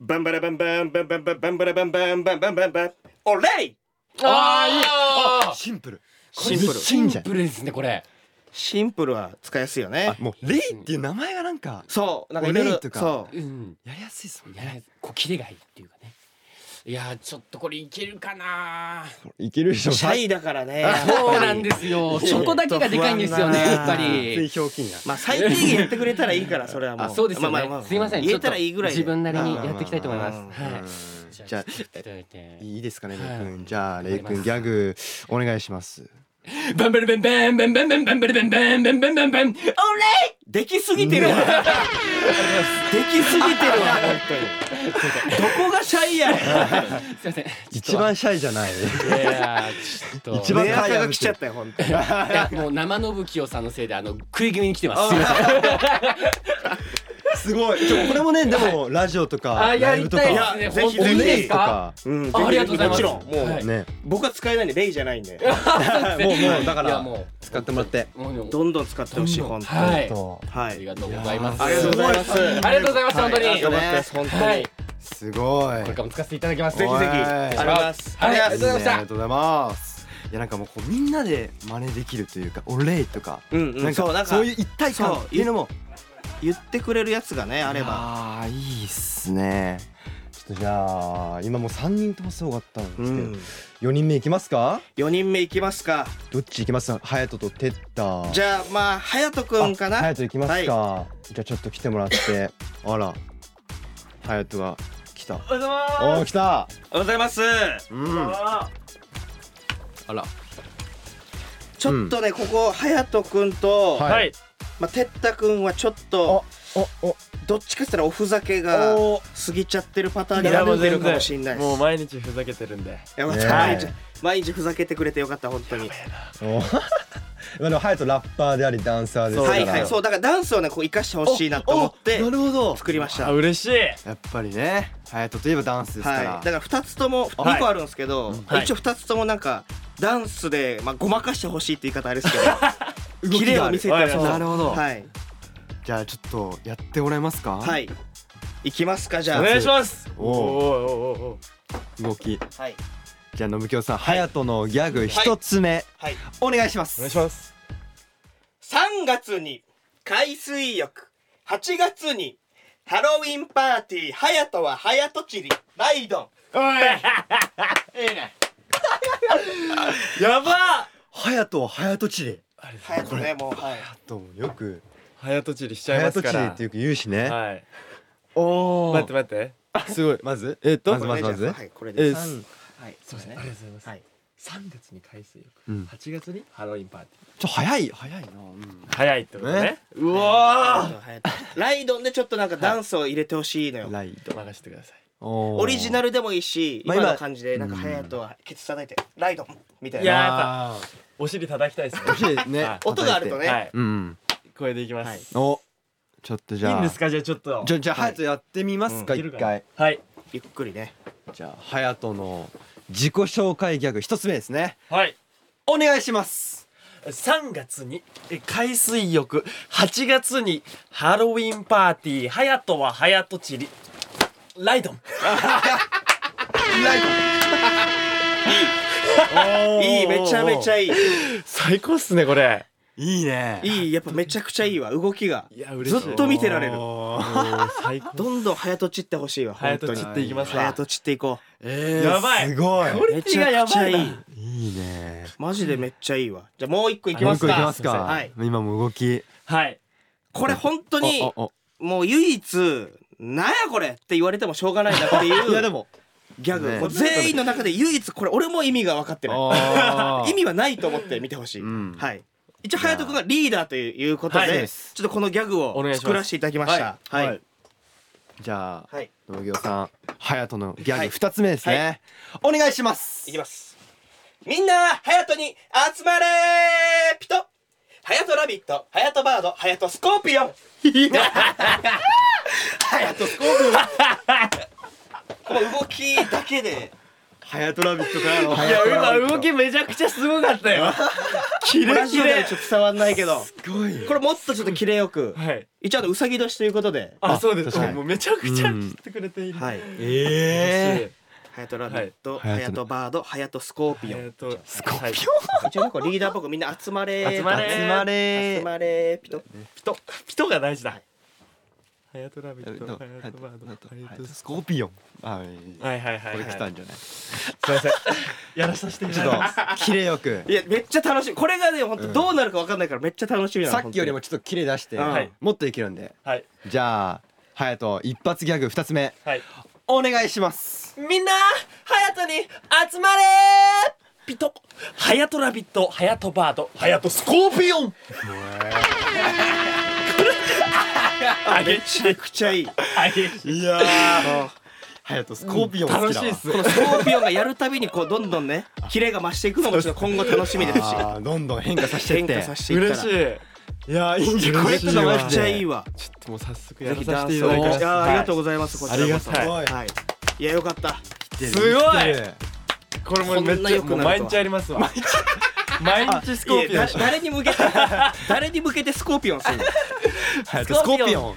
バンバラバンバンバンバンバンバンバラバンバンバンバンバンバンオレイああいい。シンプルシンプル。シンプルですねこれ。シンプルは使いやすいよあねもうレイっていう名前がなんかそうなんかいろいオレろイとかそううん。やりやすいですもんやらねこうキレがいいっていうかね。いやーちょっとこれいけるかないけるでしょシャイだからね。。そうなんですすよ。そこだけがでかいんですよね、ちょっとやっ不ぱ安だなり。ひょうきんなまあ最低限やってくれたらいいからそれはもう。あ、そうですよまあまあねあ。すいません。言えたらいいぐらいで。ちょっと自分なりにやっていきたいと思います。うんはい。じゃああいいですかねレはいイ君じゃあレイわかりま君すギャグお願いしますバンバルバンバンバンバンバンバンバルバンバンバンバンバンバンできすぎてるわ。できすぎてるわ本当に。どこがシャイやねすいません一番シャイじ <laughs> ゃないいやーちょっと一ん。番レアが来ちゃったよ本当に。いやもう生信清さんのせいであの食い気味に来てますすいませんすごいちょこれもねでもラジオとかあやライりブとたいかいでやすぜねひ本当にいいぜひですとかかうんあありがとうございますもちろんもはういね僕は使えないんでレイじゃないんで。もうもうだかいやらもう使ってもらってもうもうどんどん使ってほしい本当に。はいとはありい。がとうございますありがとうございます。ありがとうございます本当にはいよかったです本当に。はいすごいこれからも使わせていただきますぜひぜひ。おいありがとうございます。はいありがとうござあいりますがとうございましたいいねありがとうございますいやなんかもうこうみんなで真似できるというかお礼とかうんうんなんそうなんかかそういう一体感そうっていうのも言ってくれるやつがねあれば。あーいいっすねちょっとじゃあ今もう3人ともすごかったんですけうど、4ん。人目いきますか四人目いきますか。どっちいきますハヤトとテッタじゃあまあ隼人くんかな。ハヤトいきますか、はじゃあちょっと来てもらってあらハヤトが来たおはようございます。おお来たおはようございます。うんあらちょっとね、ここ隼人くんと、はいはいまあ哲太くんはちょっとおどっちかって言ったらおふざけがお過ぎちゃってるパターンになってるかもしれないです。もう毎日ふざけてるんでよかった、ね毎日毎日ふざけてくれてよかった本当に。お <laughs> まあでもハヤトラッパーでありダンサーですからはいはい、そうだからダンスをねこう生かしてほしいなと思っておなるほど作りました。あはい。嬉しいやっぱりねハヤトといえばダンスですから、だから二つともはい二個あるんですけど、はい一応二つともなんかダンスでまあごまかしてほしいって言い方あれですけど、動綺き麗があを見るせてほしいそうなるほど、はいじゃあちょっとやってもらえますかはいい。いきますかじゃあ。お願いしますおおうおおうおうおう動きす。はいじゃあのぶきょうさんハヤトのギャグ一つ目、はい。お願いしますお願いします3月に海水浴8月にハロウィンパーティーハヤトはハヤトチリライドンおい <laughs> いいねやばハヤトはハヤトチリハヤトねもうはいとよく早とちりしちゃハいヤまトすチかリっらてよく言うしね、はいおお待って待ってすごいまずえっとまずまずまず、はいこれえでーすすはいそうですねとうございまはい3月に海水浴うん8月にハロウィンパーテちょ早い早いな、ィー早いってことねねうわハヤトライドンでちょっとなんかダンスを入れてほしいのうよん、ライート任せてくださオオリジナルでもいいしま今あ今の感じでなんかハヤトはケツ叩いてライドンみたいいやなやっいお尻叩きたいですねぱ綺麗ね、はい音があるとねはいうんこれでいきます、はいおちょっとじいゃあいんですかじゃあちょっとじゃじゃあハヤトやってみますかい一、けるかな回はいゆっくりねじゃあハヤトの自己紹介ギャグ一つ目ですねはいお願いします3月にえ海水浴8月にハロウィンパーティーハヤトはハヤトチリライドンいいめちゃめちゃいい最高っすねこれいいねいいやっぱめちゃくちゃいいわ動きがいや嬉しずいっと見てられるおー最高どんどん早とちってほしいわハ本ヤ当トにチっていきますハヤわトちっていこえーやばいすごいクオリうめティちゃがやくちゃばいいいないいねマジでめっちゃいいわ。じゃあもう一個いきますか。もう一個いきますか、はい。今も動きはいこれ本当におおもう唯一なんやこれって言われてもしょうがないなっていおいやでうもギャグ。ねもう全員の中で唯一これ俺も意味が分かってない。あー意味はないと思って見てほしい。うんはい。一応隼人君がリーダーということはいで、ちょっとこのギャグお願いをします作らせていただきました。はい。はい。じゃあはい農業さん隼人のギャはグい二つ目ですね、お願いしますいきます。みんな、ハヤトに集まれーピトハヤトラビット、ハヤトバード、ハヤトスコーピオンハヤトスコーピオンもう動きだけでハヤトラビットからの。いや今動きめちゃくちゃすごかったよキレラジキオではレちょっと伝わんないけどこれもっとちょっと綺麗よくはい一応あのうさぎ年ということであそうです確かにもうめちゃくちゃうん切ってくれているはいえハヤトラビットはいハヤトバードハヤトスコーピオンえっとスコーピ一応なんかリーダーっぽくみんな集まれ集まれ集まれ集まれピトピトピトが大事だハヤトラビットハハヤトバードハヤトスコーピオン。あ、いいはいはいはいこはれい来たんじゃない。すいませんやらさせていちただょきますっと綺麗よく。いやめっちゃ楽しみこれがね本当どうなるかわかんないからめっちゃ楽しみなのさっきよりもちょっと綺麗出して、うんはいもっといけるんで。はいじゃあ、ハヤト一発ギャグ二つ目、はいお願いします。みんなハヤトに集まれピトハヤトラビットハヤトバードハヤトスコーピオン <laughs> あげちめちゃくちゃいいこあげちいやー。ハヤトスコーピオン好きだわ。楽しいっすのスコーピオンがやるたびにこうどんどんねキレが増していくのもちょっと今後楽しみですしあーどんどん変化させてっ変て。化させていった嬉らしいいやいいんじゃないこれ嬉っしていのわめっちゃいいわちょっともう早速ぜやらひさダせンていスたをだきいまやすーありがとうございますこちらこそありがとうはいいやよかったすごい来てるこれもうめっこんなちゃ良もうくなるとは毎日やりますわ毎日スコーいピオやンだ誰に向 <laughs> けて誰に向けてスコーピオンするのハヤトスコーピオン。もう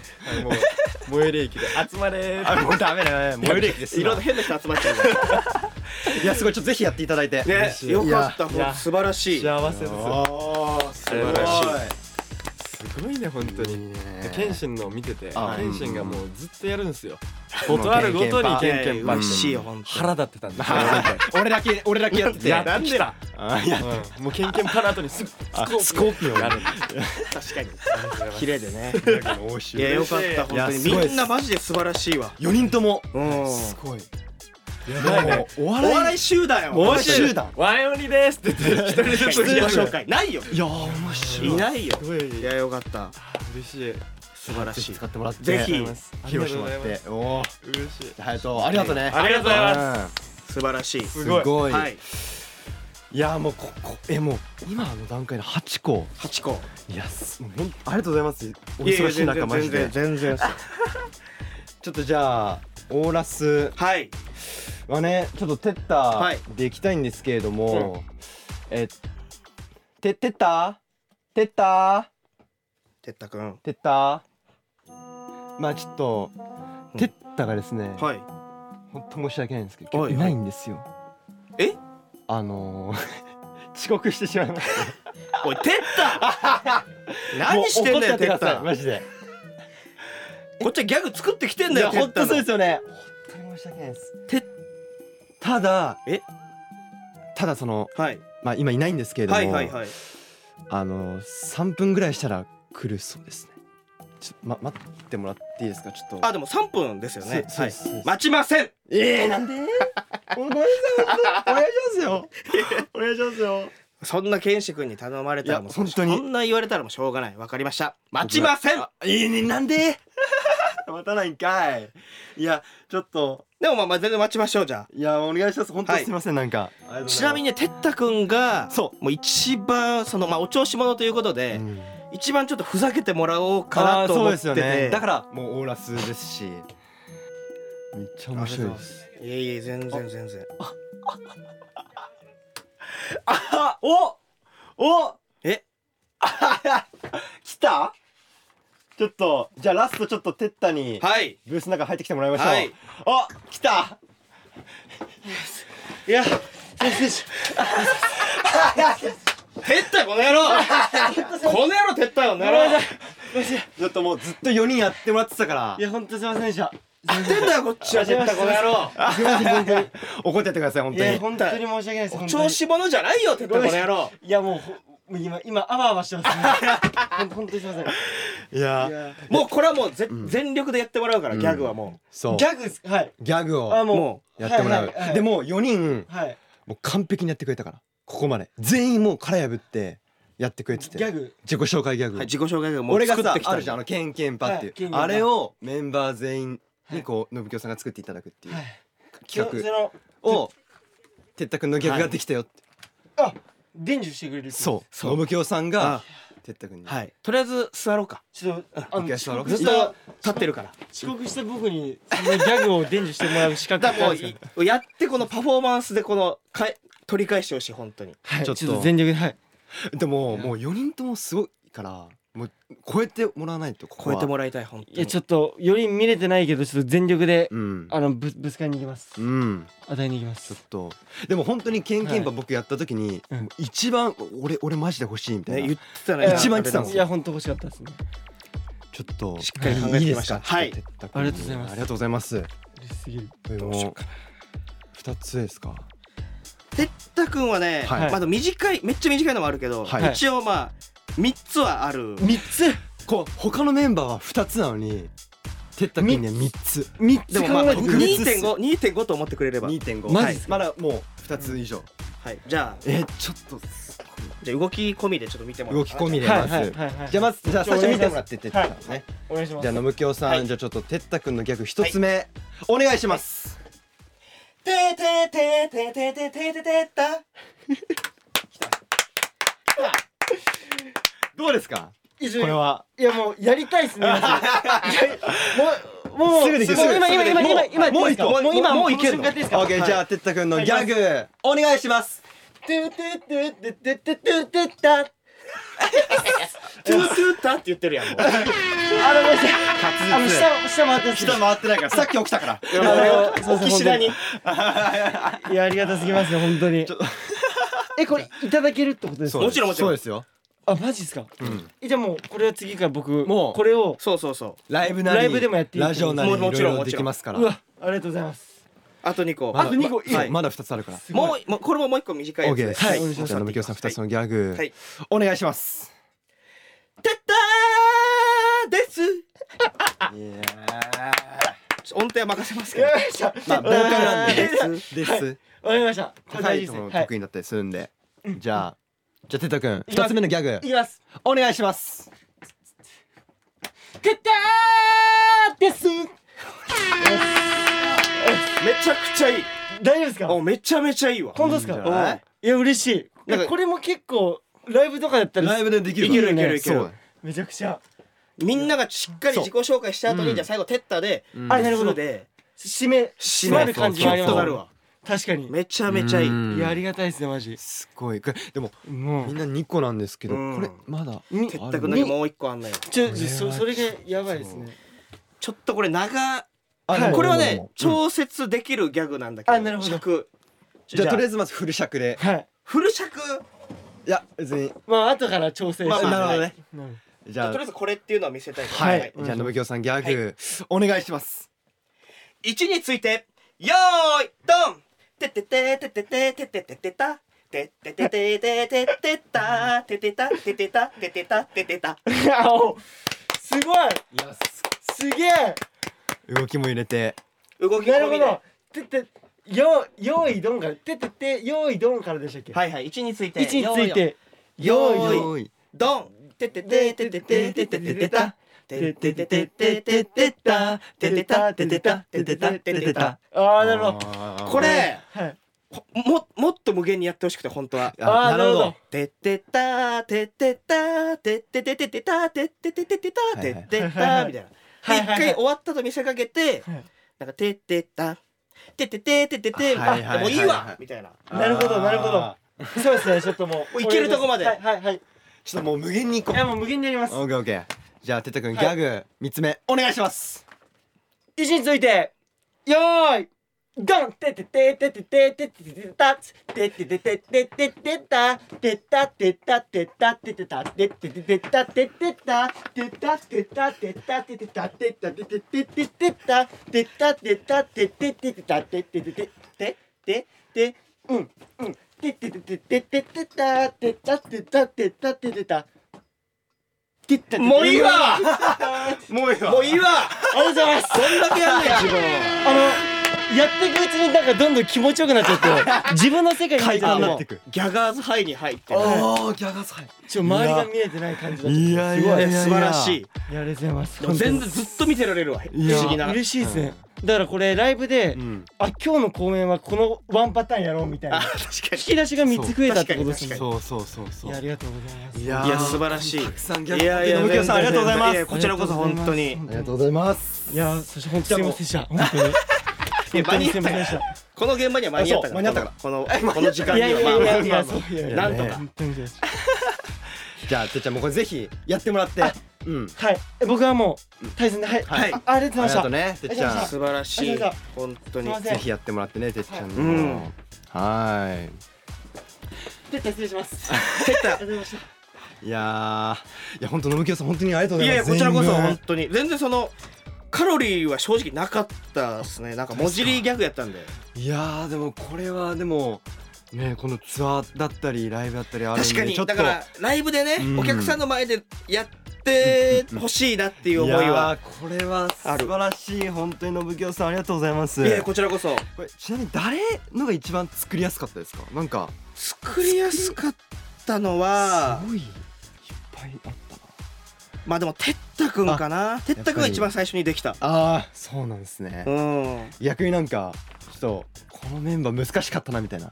最寄り駅で集まれあ、もうダメだね。もう無理ですいろんわ。な変な人集まっちゃうかいや、すごい、ちょっとぜひやっていただいて。らね嬉しいよかったいやもう素晴らしい幸せですあー素晴らしいすごいね本当に謙信の見ててあ謙信がもうずっとやるんですよ断るごとにいケンやケいンやパ嬉しいよ本当腹立ってたんだ俺だけ俺だけやっててやってきたあいやうんもうケンケンパの後にすぐスコーピオンやる確かに綺麗でね応酬いやよかっ <laughs> たいや本当にすごいっすみんなマジで素晴らしいわ4人ともうんおすごいやばいねお笑い集団よ面白い集団ワイオニですって言って一人ずつ自己紹介ないよいや面白いないよすごいいやよかった嬉しい素晴らしい使ってもらってぜひあり披が露としてうごもざらいっますてお嬉しいおハヤトありがとうねありがとうございますます素晴らしいすすごいごいはいいやもうここえもう今の段階で8個八個いやすもうほんありがとうございますお忙しいやや中マジで全然全然 <laughs> ちょっとじゃあオーラスはいはねちょっとテッタはいでいきたいんですけれども、えてテッタテッタてったくんテッタまあちょっと、テッタがですね、はい本当申し訳ないんですけど今は日いいないんですよえあのー、 <laughs> 遅刻してしまいましたおいてった <laughs> 何してんだもう怒っよててやっってくださたいマジ <laughs> でこっちはギャグ作ってきてんいだやよてっ本た当そうのですよね本当に申し訳ないですてただえただそのはいまあ今いないんですけれども、はいはいはいあのー、3分ぐらいしたら来るそうですねちょま待ってもらっていいですかちょっとあでも三分ですよねそうそうはでいすそうです待ちませんええなんでごめんなさいお願いしますよお願いしますよそんなケンシ君に頼まれたらもういや本当にそんな言われたらもうしょうがないわかりました待ちませんええねなんで待たないんかいいやちょっとでもまあまあ全然待ちましょうじゃいやお願いします本当はにいすいません、なんかあちなみにねてったくんがそもう一番そのまあお調子者ということうで、ん一番ちょっとふざけてもらおうかなと思ってて、あーそうですよねだだかからもうオーラスですしめっちゃ面白いですらいやいや全然全然あおおえ来たちょっとじゃあラストちょっとテッタにはいブースの中入ってきてもらいましょう、はいあ来たいやてったこの野郎この野郎てったよこの野郎ちょっともうずっと4人やってもらってたからや本当すいませんでした言ってんだよこっちはてったこの野郎 <laughs> 怒ってやってください本い当やに本当申にし訳ないですお調子者じゃないよてったこの野郎いやもうほもう今今あわあわしてます、ね。ほん本当にすみません。いやもうこれはもうぜ、全力でやってもらうから、ギャグはもそうギャグですはい。ギャグをあうもうもやってもらう、はいはいはいでもう4人はい。もう完璧にやってくれたからここまで全員もう殻破ってやってくれててギャグ自己紹介ギャグ、う、はい、自己紹介がもう俺が作っさてきたあるじゃんあのケンケンパっていはいケンケンう、パあれをメンバー全員にこう、のぶきょうさんが作っていただくっていう企そ画のを哲太くんのギャグができたよって、伝授してくれる。そうのぶきょうさんが哲太君にはいとりあえず座ろうかちょっと一回座ろうずっと立ってるから遅刻した僕にそのギャグを伝授してもらう資格だがからもういやってこのパフォーマンスでこのかえ取り返してほしい本当にはい、ちょっと全力ではいでももう4人ともすごいからもう超えてもらわないとここ超はえてもらいたい本当にいやちょっとより見れてないけどちょっと全力でうんあのぶぶつかりに行きますうん与えに行きまちょすっとでも本当にケンケンパ僕やった時に、うんもう一番俺俺マジで欲しいみたねいな、言ってたいらや一番言ってたもんいや本当欲しかったですねちょっとしっかり考えていいきましたですかはいちょっと哲太君ありがとうございますありがとうございます嬉しすぎるどうしようか二つですか哲太くんはね、はいまだ短いめっちゃ短いのもあるけど、はい一応まあ三つはある三つこう他のメンバーは二つなのに哲太君には三つ3でつもまあ考えてくれ二るつ2.52.5と思ってくれれば二点五マジはいっすまだもう二つ以上、はいじゃあえちょっとじゃあ動き込みでちょっと見てもらお動うきかな込みではいまず、はいはいはいじゃあまずじゃあ最初見てもらって哲太さんね、お願いしまじゃあすのむきょうさん、はいじゃあちょっと哲太くんのギャグ一つ目、お願いします、てててててててててたどうですかこれはいやもうやりたいっすねもうもうすぐできるもう今すぐ今できる今今今もうもういいですかもう今もういけるオッケーじゃあ哲太くんのギャグ、お願いしますトゥトゥトゥトゥトゥトゥトゥトゥタトゥートゥータって言ってるやんもうあのごめんなさいあ滑の舌下下回ってます下回ってないからさっき起きたからあのそう岸そう田に本当にいやありがたすぎますね本当に <laughs> えこれいただけるってことですかもちろんもちろんそうですよあマジですかえじゃあもうこれは次から僕もうこれをそうそうそうライブなりライブでもやっていいラジオなりもうもいちろろいんろもでちろんきますからうわありがとうございますあと2個まだあと二個まいいよはいまだ二つあるからもうもうこれももう一個短いオやッつケーですですはいお願いしまじゃすあのむきょうさん二つのギャグ、はいお願いしますてったーですいやちょ音程は任せますけど <laughs> まあボーカルなんでですですわかりましたこ高れ大い事とですねもはい得意だったりするんで、じゃあじゃあ哲太くんきます二つ目のギャグいきますお願いしますてったーですめちゃくちゃいい大丈夫ですかあめちゃめちゃいいわ本当ですかじゃないいや嬉しいなんかこれも結構ライブとかだったらライブでできるいけるいけるいけるそうめちゃくちゃみんながしっかり自己紹介した後そうにじゃあ最後テッタでんあなるほどで締め締まる感じがありちょますねっとなるわ確かにめちゃめちゃいいうんいやありがたいですねマジすごいこれでももみんな2個なんですけどうんこれまだみテッタくんだけもう一個あんのよちょそそれがやばいですねちょっとこれ長あでもこれはでねもでも調節できるギャグなんだけどあなるほど尺じゃあとりあえずずまずフル尺ではいフル尺いや別にまあ後から調整してまあまあなるほどねうんじじゃゃああとりあえずこれっていうのは見せたいからははいいじゃあのぶきょうさんギャグお願いします1についてよーいドンててててててててててたてててててててたててたててたててたててたあおすごいすげえ動きも入れて動きなる込ほみでどてってよ用意ドンからてってって用意ドンからでしたっけはいはい1について位置についてよ用ー意いドおいンドンててててててててててたてててててててたててたててたててたててたああなるほどあーこれはいももっと無限にやってほしくて本当はあーあなるほなるどほてってたてってたてっててててたてっててててたてってたみたいな。はいではい一はい回終わったと見せかけてはいなんかてってたてってててててはいはいはいあもういいわみたいな。なるほどなるほどそうですねちょっとももうういけるとこまではいはいはいちょっともう無限にいこいやもう無限になりますうオッケーオッケーじゃあてったくんギャグ3つ目お願いします位置についてよーいドンてっててててててててたてっててててててたてたてたてたててたてってててたててたてたてたてたててたてたてててててたてたてたててててたてててててててうんうんてててててててたてたてたてたててたもういいわもういいもういいわありがとうございますどんだけやんねやあのやっていくうちになんかどんどん気持ちよくなっちゃって自分の世界に入っちゃあっなてってくギャガーズハイに入っておーギャガーさんちょ周りが見えてない感じだったいやいやいや素晴らしいいやありがとうございますでも全然ずっと見てられるわ不いや思議な嬉しいですねだからこれライブで、うんあ今日の公演はこのワンパターンやろうみた <laughs> いなあ確か引き出しが3つ増えたってことですねそうそうそうそいやあうりがとうございますいにいや素晴らしいたくさんいギャグやいやでも右京さんありがとうございますややこちらこそ本当にありがとうございますいやそして本当にすいませんでした本当に本当にすいませんでしたこの現場には間に合ったからあそう間に合ったからこのこの時間いにやいやいはまやあいやそういやいやなんとか本当にそうですじゃあてっちゃんもうこれぜひやってもらってうんはい僕はもう大切ではいはいあありがとうごありざいがとうましねてっちありがとうございゃました素晴らんしありいがとう本当たすいにませんぜひやってもらってねてっちゃんうのんはた絶対失礼しますーいいやーいや本当のむきよさん本当にありがとうごいざやいいやますこちらこそ全本部当に全然そのカロリーは正直なかったですねなんかもじりギャグやったんでいやーでもこれはでもねこのツアーだったりライブだったりあるんで確かにちょっとだからライブでねうんお客さんの前でやってほしいなっていう思いはやーこれは素晴らしい本当にのぶきよさんありがとうございますいやこちらこそこれちなみに誰のが一番作りやすかったですかなんか作りやすかったのはすごいいっぱいあっまあでもてったくんかなてったくんが一番最初にできたたああそうなんですねうん逆になんかちょっとこのメンバー難しかったなみたいな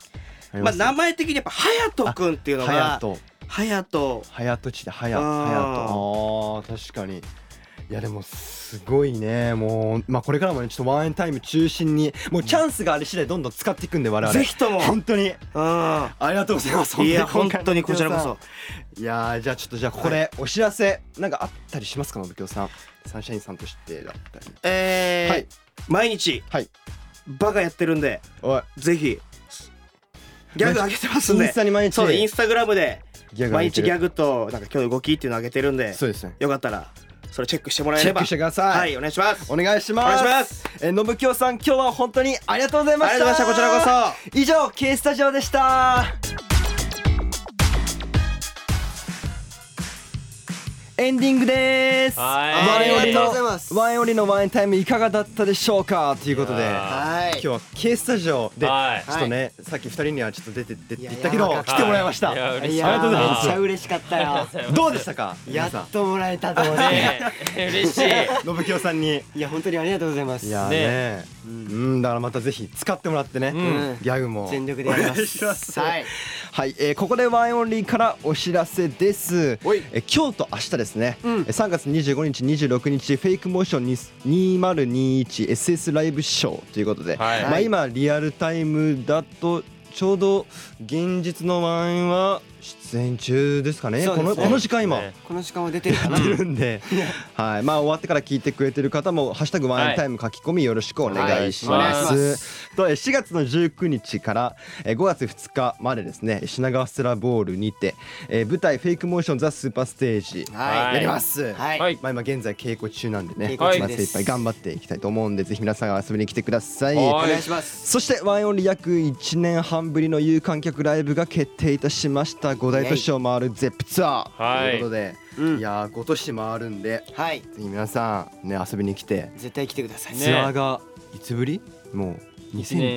まあ名前的にやっぱ隼人くんっていうのはやがと隼人はやとちではやあはーやとあー確かにいやでもすごいねもうまあこれからもねちょっとワンエンタイム中心にもうチャンスがあり次第どんどん使っていくんで我々ぜひとも本当にうんありがとうございますいや本今回当にこちらこのぶきよそさんいやーじゃあちょっとじゃあここでお知らせなんかあったりしますかのぶきょさんサンシャインさんとしてだったりえーはい毎日、はいバカやってるんでおいぜひギャグ上げてますんインでスタに毎日そうインスタグラムでギャグ上毎げて日るギャグとなんか今日の動きっていうの上げてるんでそうですねよかったらそれチェックしてもらえチれェッばクしてください、はいお願いしますお願いしお願まいすしますえーのぶきょさん今日は本当にありがとうございまあしたりがとうございましたこちらこそ以上 K スタジオでしたエンディングですはありがとうございのますワインオリのワインタイムいかがだったでしょうかということでいやーはい今日は K スタジオでちょはいっとねさっき二人にはちょっと出て出ていや言ったけどいや来てもらいましたいや嬉いしいやありがとうございめまっすちゃ嬉し <laughs> かったよどうでしたかや皆さんっともらえたと思ってねえ嬉 <laughs> しい信清さんにいや本当にありがとうございますいやーねねうんだからまたぜひ使ってもらってねんギャグも全力でやりおま願いしすますはいはい、えーここでワインオンリーからお知らせです。えー今日と明日ですね。えー3月25日、26日フェイクモーションに 2021SS ライブショーということで、はいまあ今リアルタイムだとちょうど現実のワインは出演中ですかね。そうこですねのこの時間今。ねこの時間は出てるかなやってるんで、はい、まあ終わってから聞いてくれてる方もハッシュタグワンエンタイム書き込みよろしくお願いします。はいお願いしとえー4月の19日からえー5月2日までですね、品川ステラボールにて、えー舞台フェイクモーションザスーパーステージはいやります。はいはいまあ今現在稽古中なんでね、稽古中まあで精す一杯頑張っていきたいと思うんで、ぜひ皆さん遊びに来てください。はお願いしますそしてワンオンリー約1年半ぶりの有観客ライブが決定いたしました5大都市を回るゼップツアーはいということで、うんいやー5都市回るんではいぜひ皆さんね遊びに来て、絶対来てくださいねツアーがいつぶりもう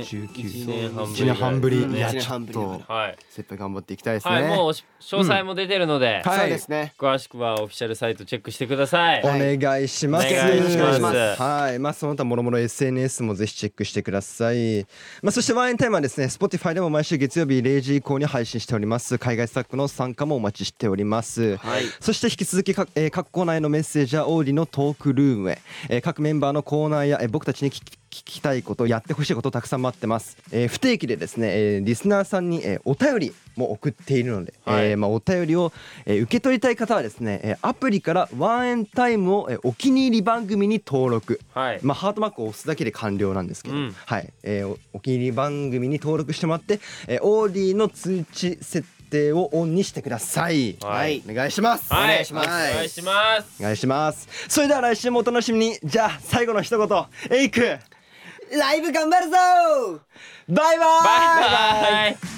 一2019年半ぶり一う年半ぶりんいや一年ちょっ半ぶりだからとはい精一杯頑張っていきたいですね、はいもうおし詳細も出てるのではいそうですね詳しくはオフィシャルサイトチェックしてくださいお願いします。お願いしますはい、まあその他もろもろ SNS もぜひチェックしてください。まあそしてワインタイムはですね、Spotify でも毎週月曜日0時以降に配信しております。海外スタッフの参加もお待ちしております。はいそして引き続きか、えー各コーナーへのメッセージやオーディのトークルームへ、えー各メンバーのコーナーや、えー僕たちに聞き聞きたいことやってほしいことたくさん待ってます、えー不定期でですね、えーリスナーさんに、えーお便りも送っているので、はいえーまあ、お便りを、えー受け取りたい方はですね、えーアプリからワンエンタイムを、えーお気に入り番組に登録、はいまあ、ハートマークを押すだけで完了なんですけど、うんはいえーおお気に入り番組に登録してもらって、えーオーディの通知設定をオンにしてください、はいお願いします、はいおお願願いいししますお願いしますそれでは来週もお楽しみにじゃあ最後の一言エイクライブ頑張るぞバイバイバイバイ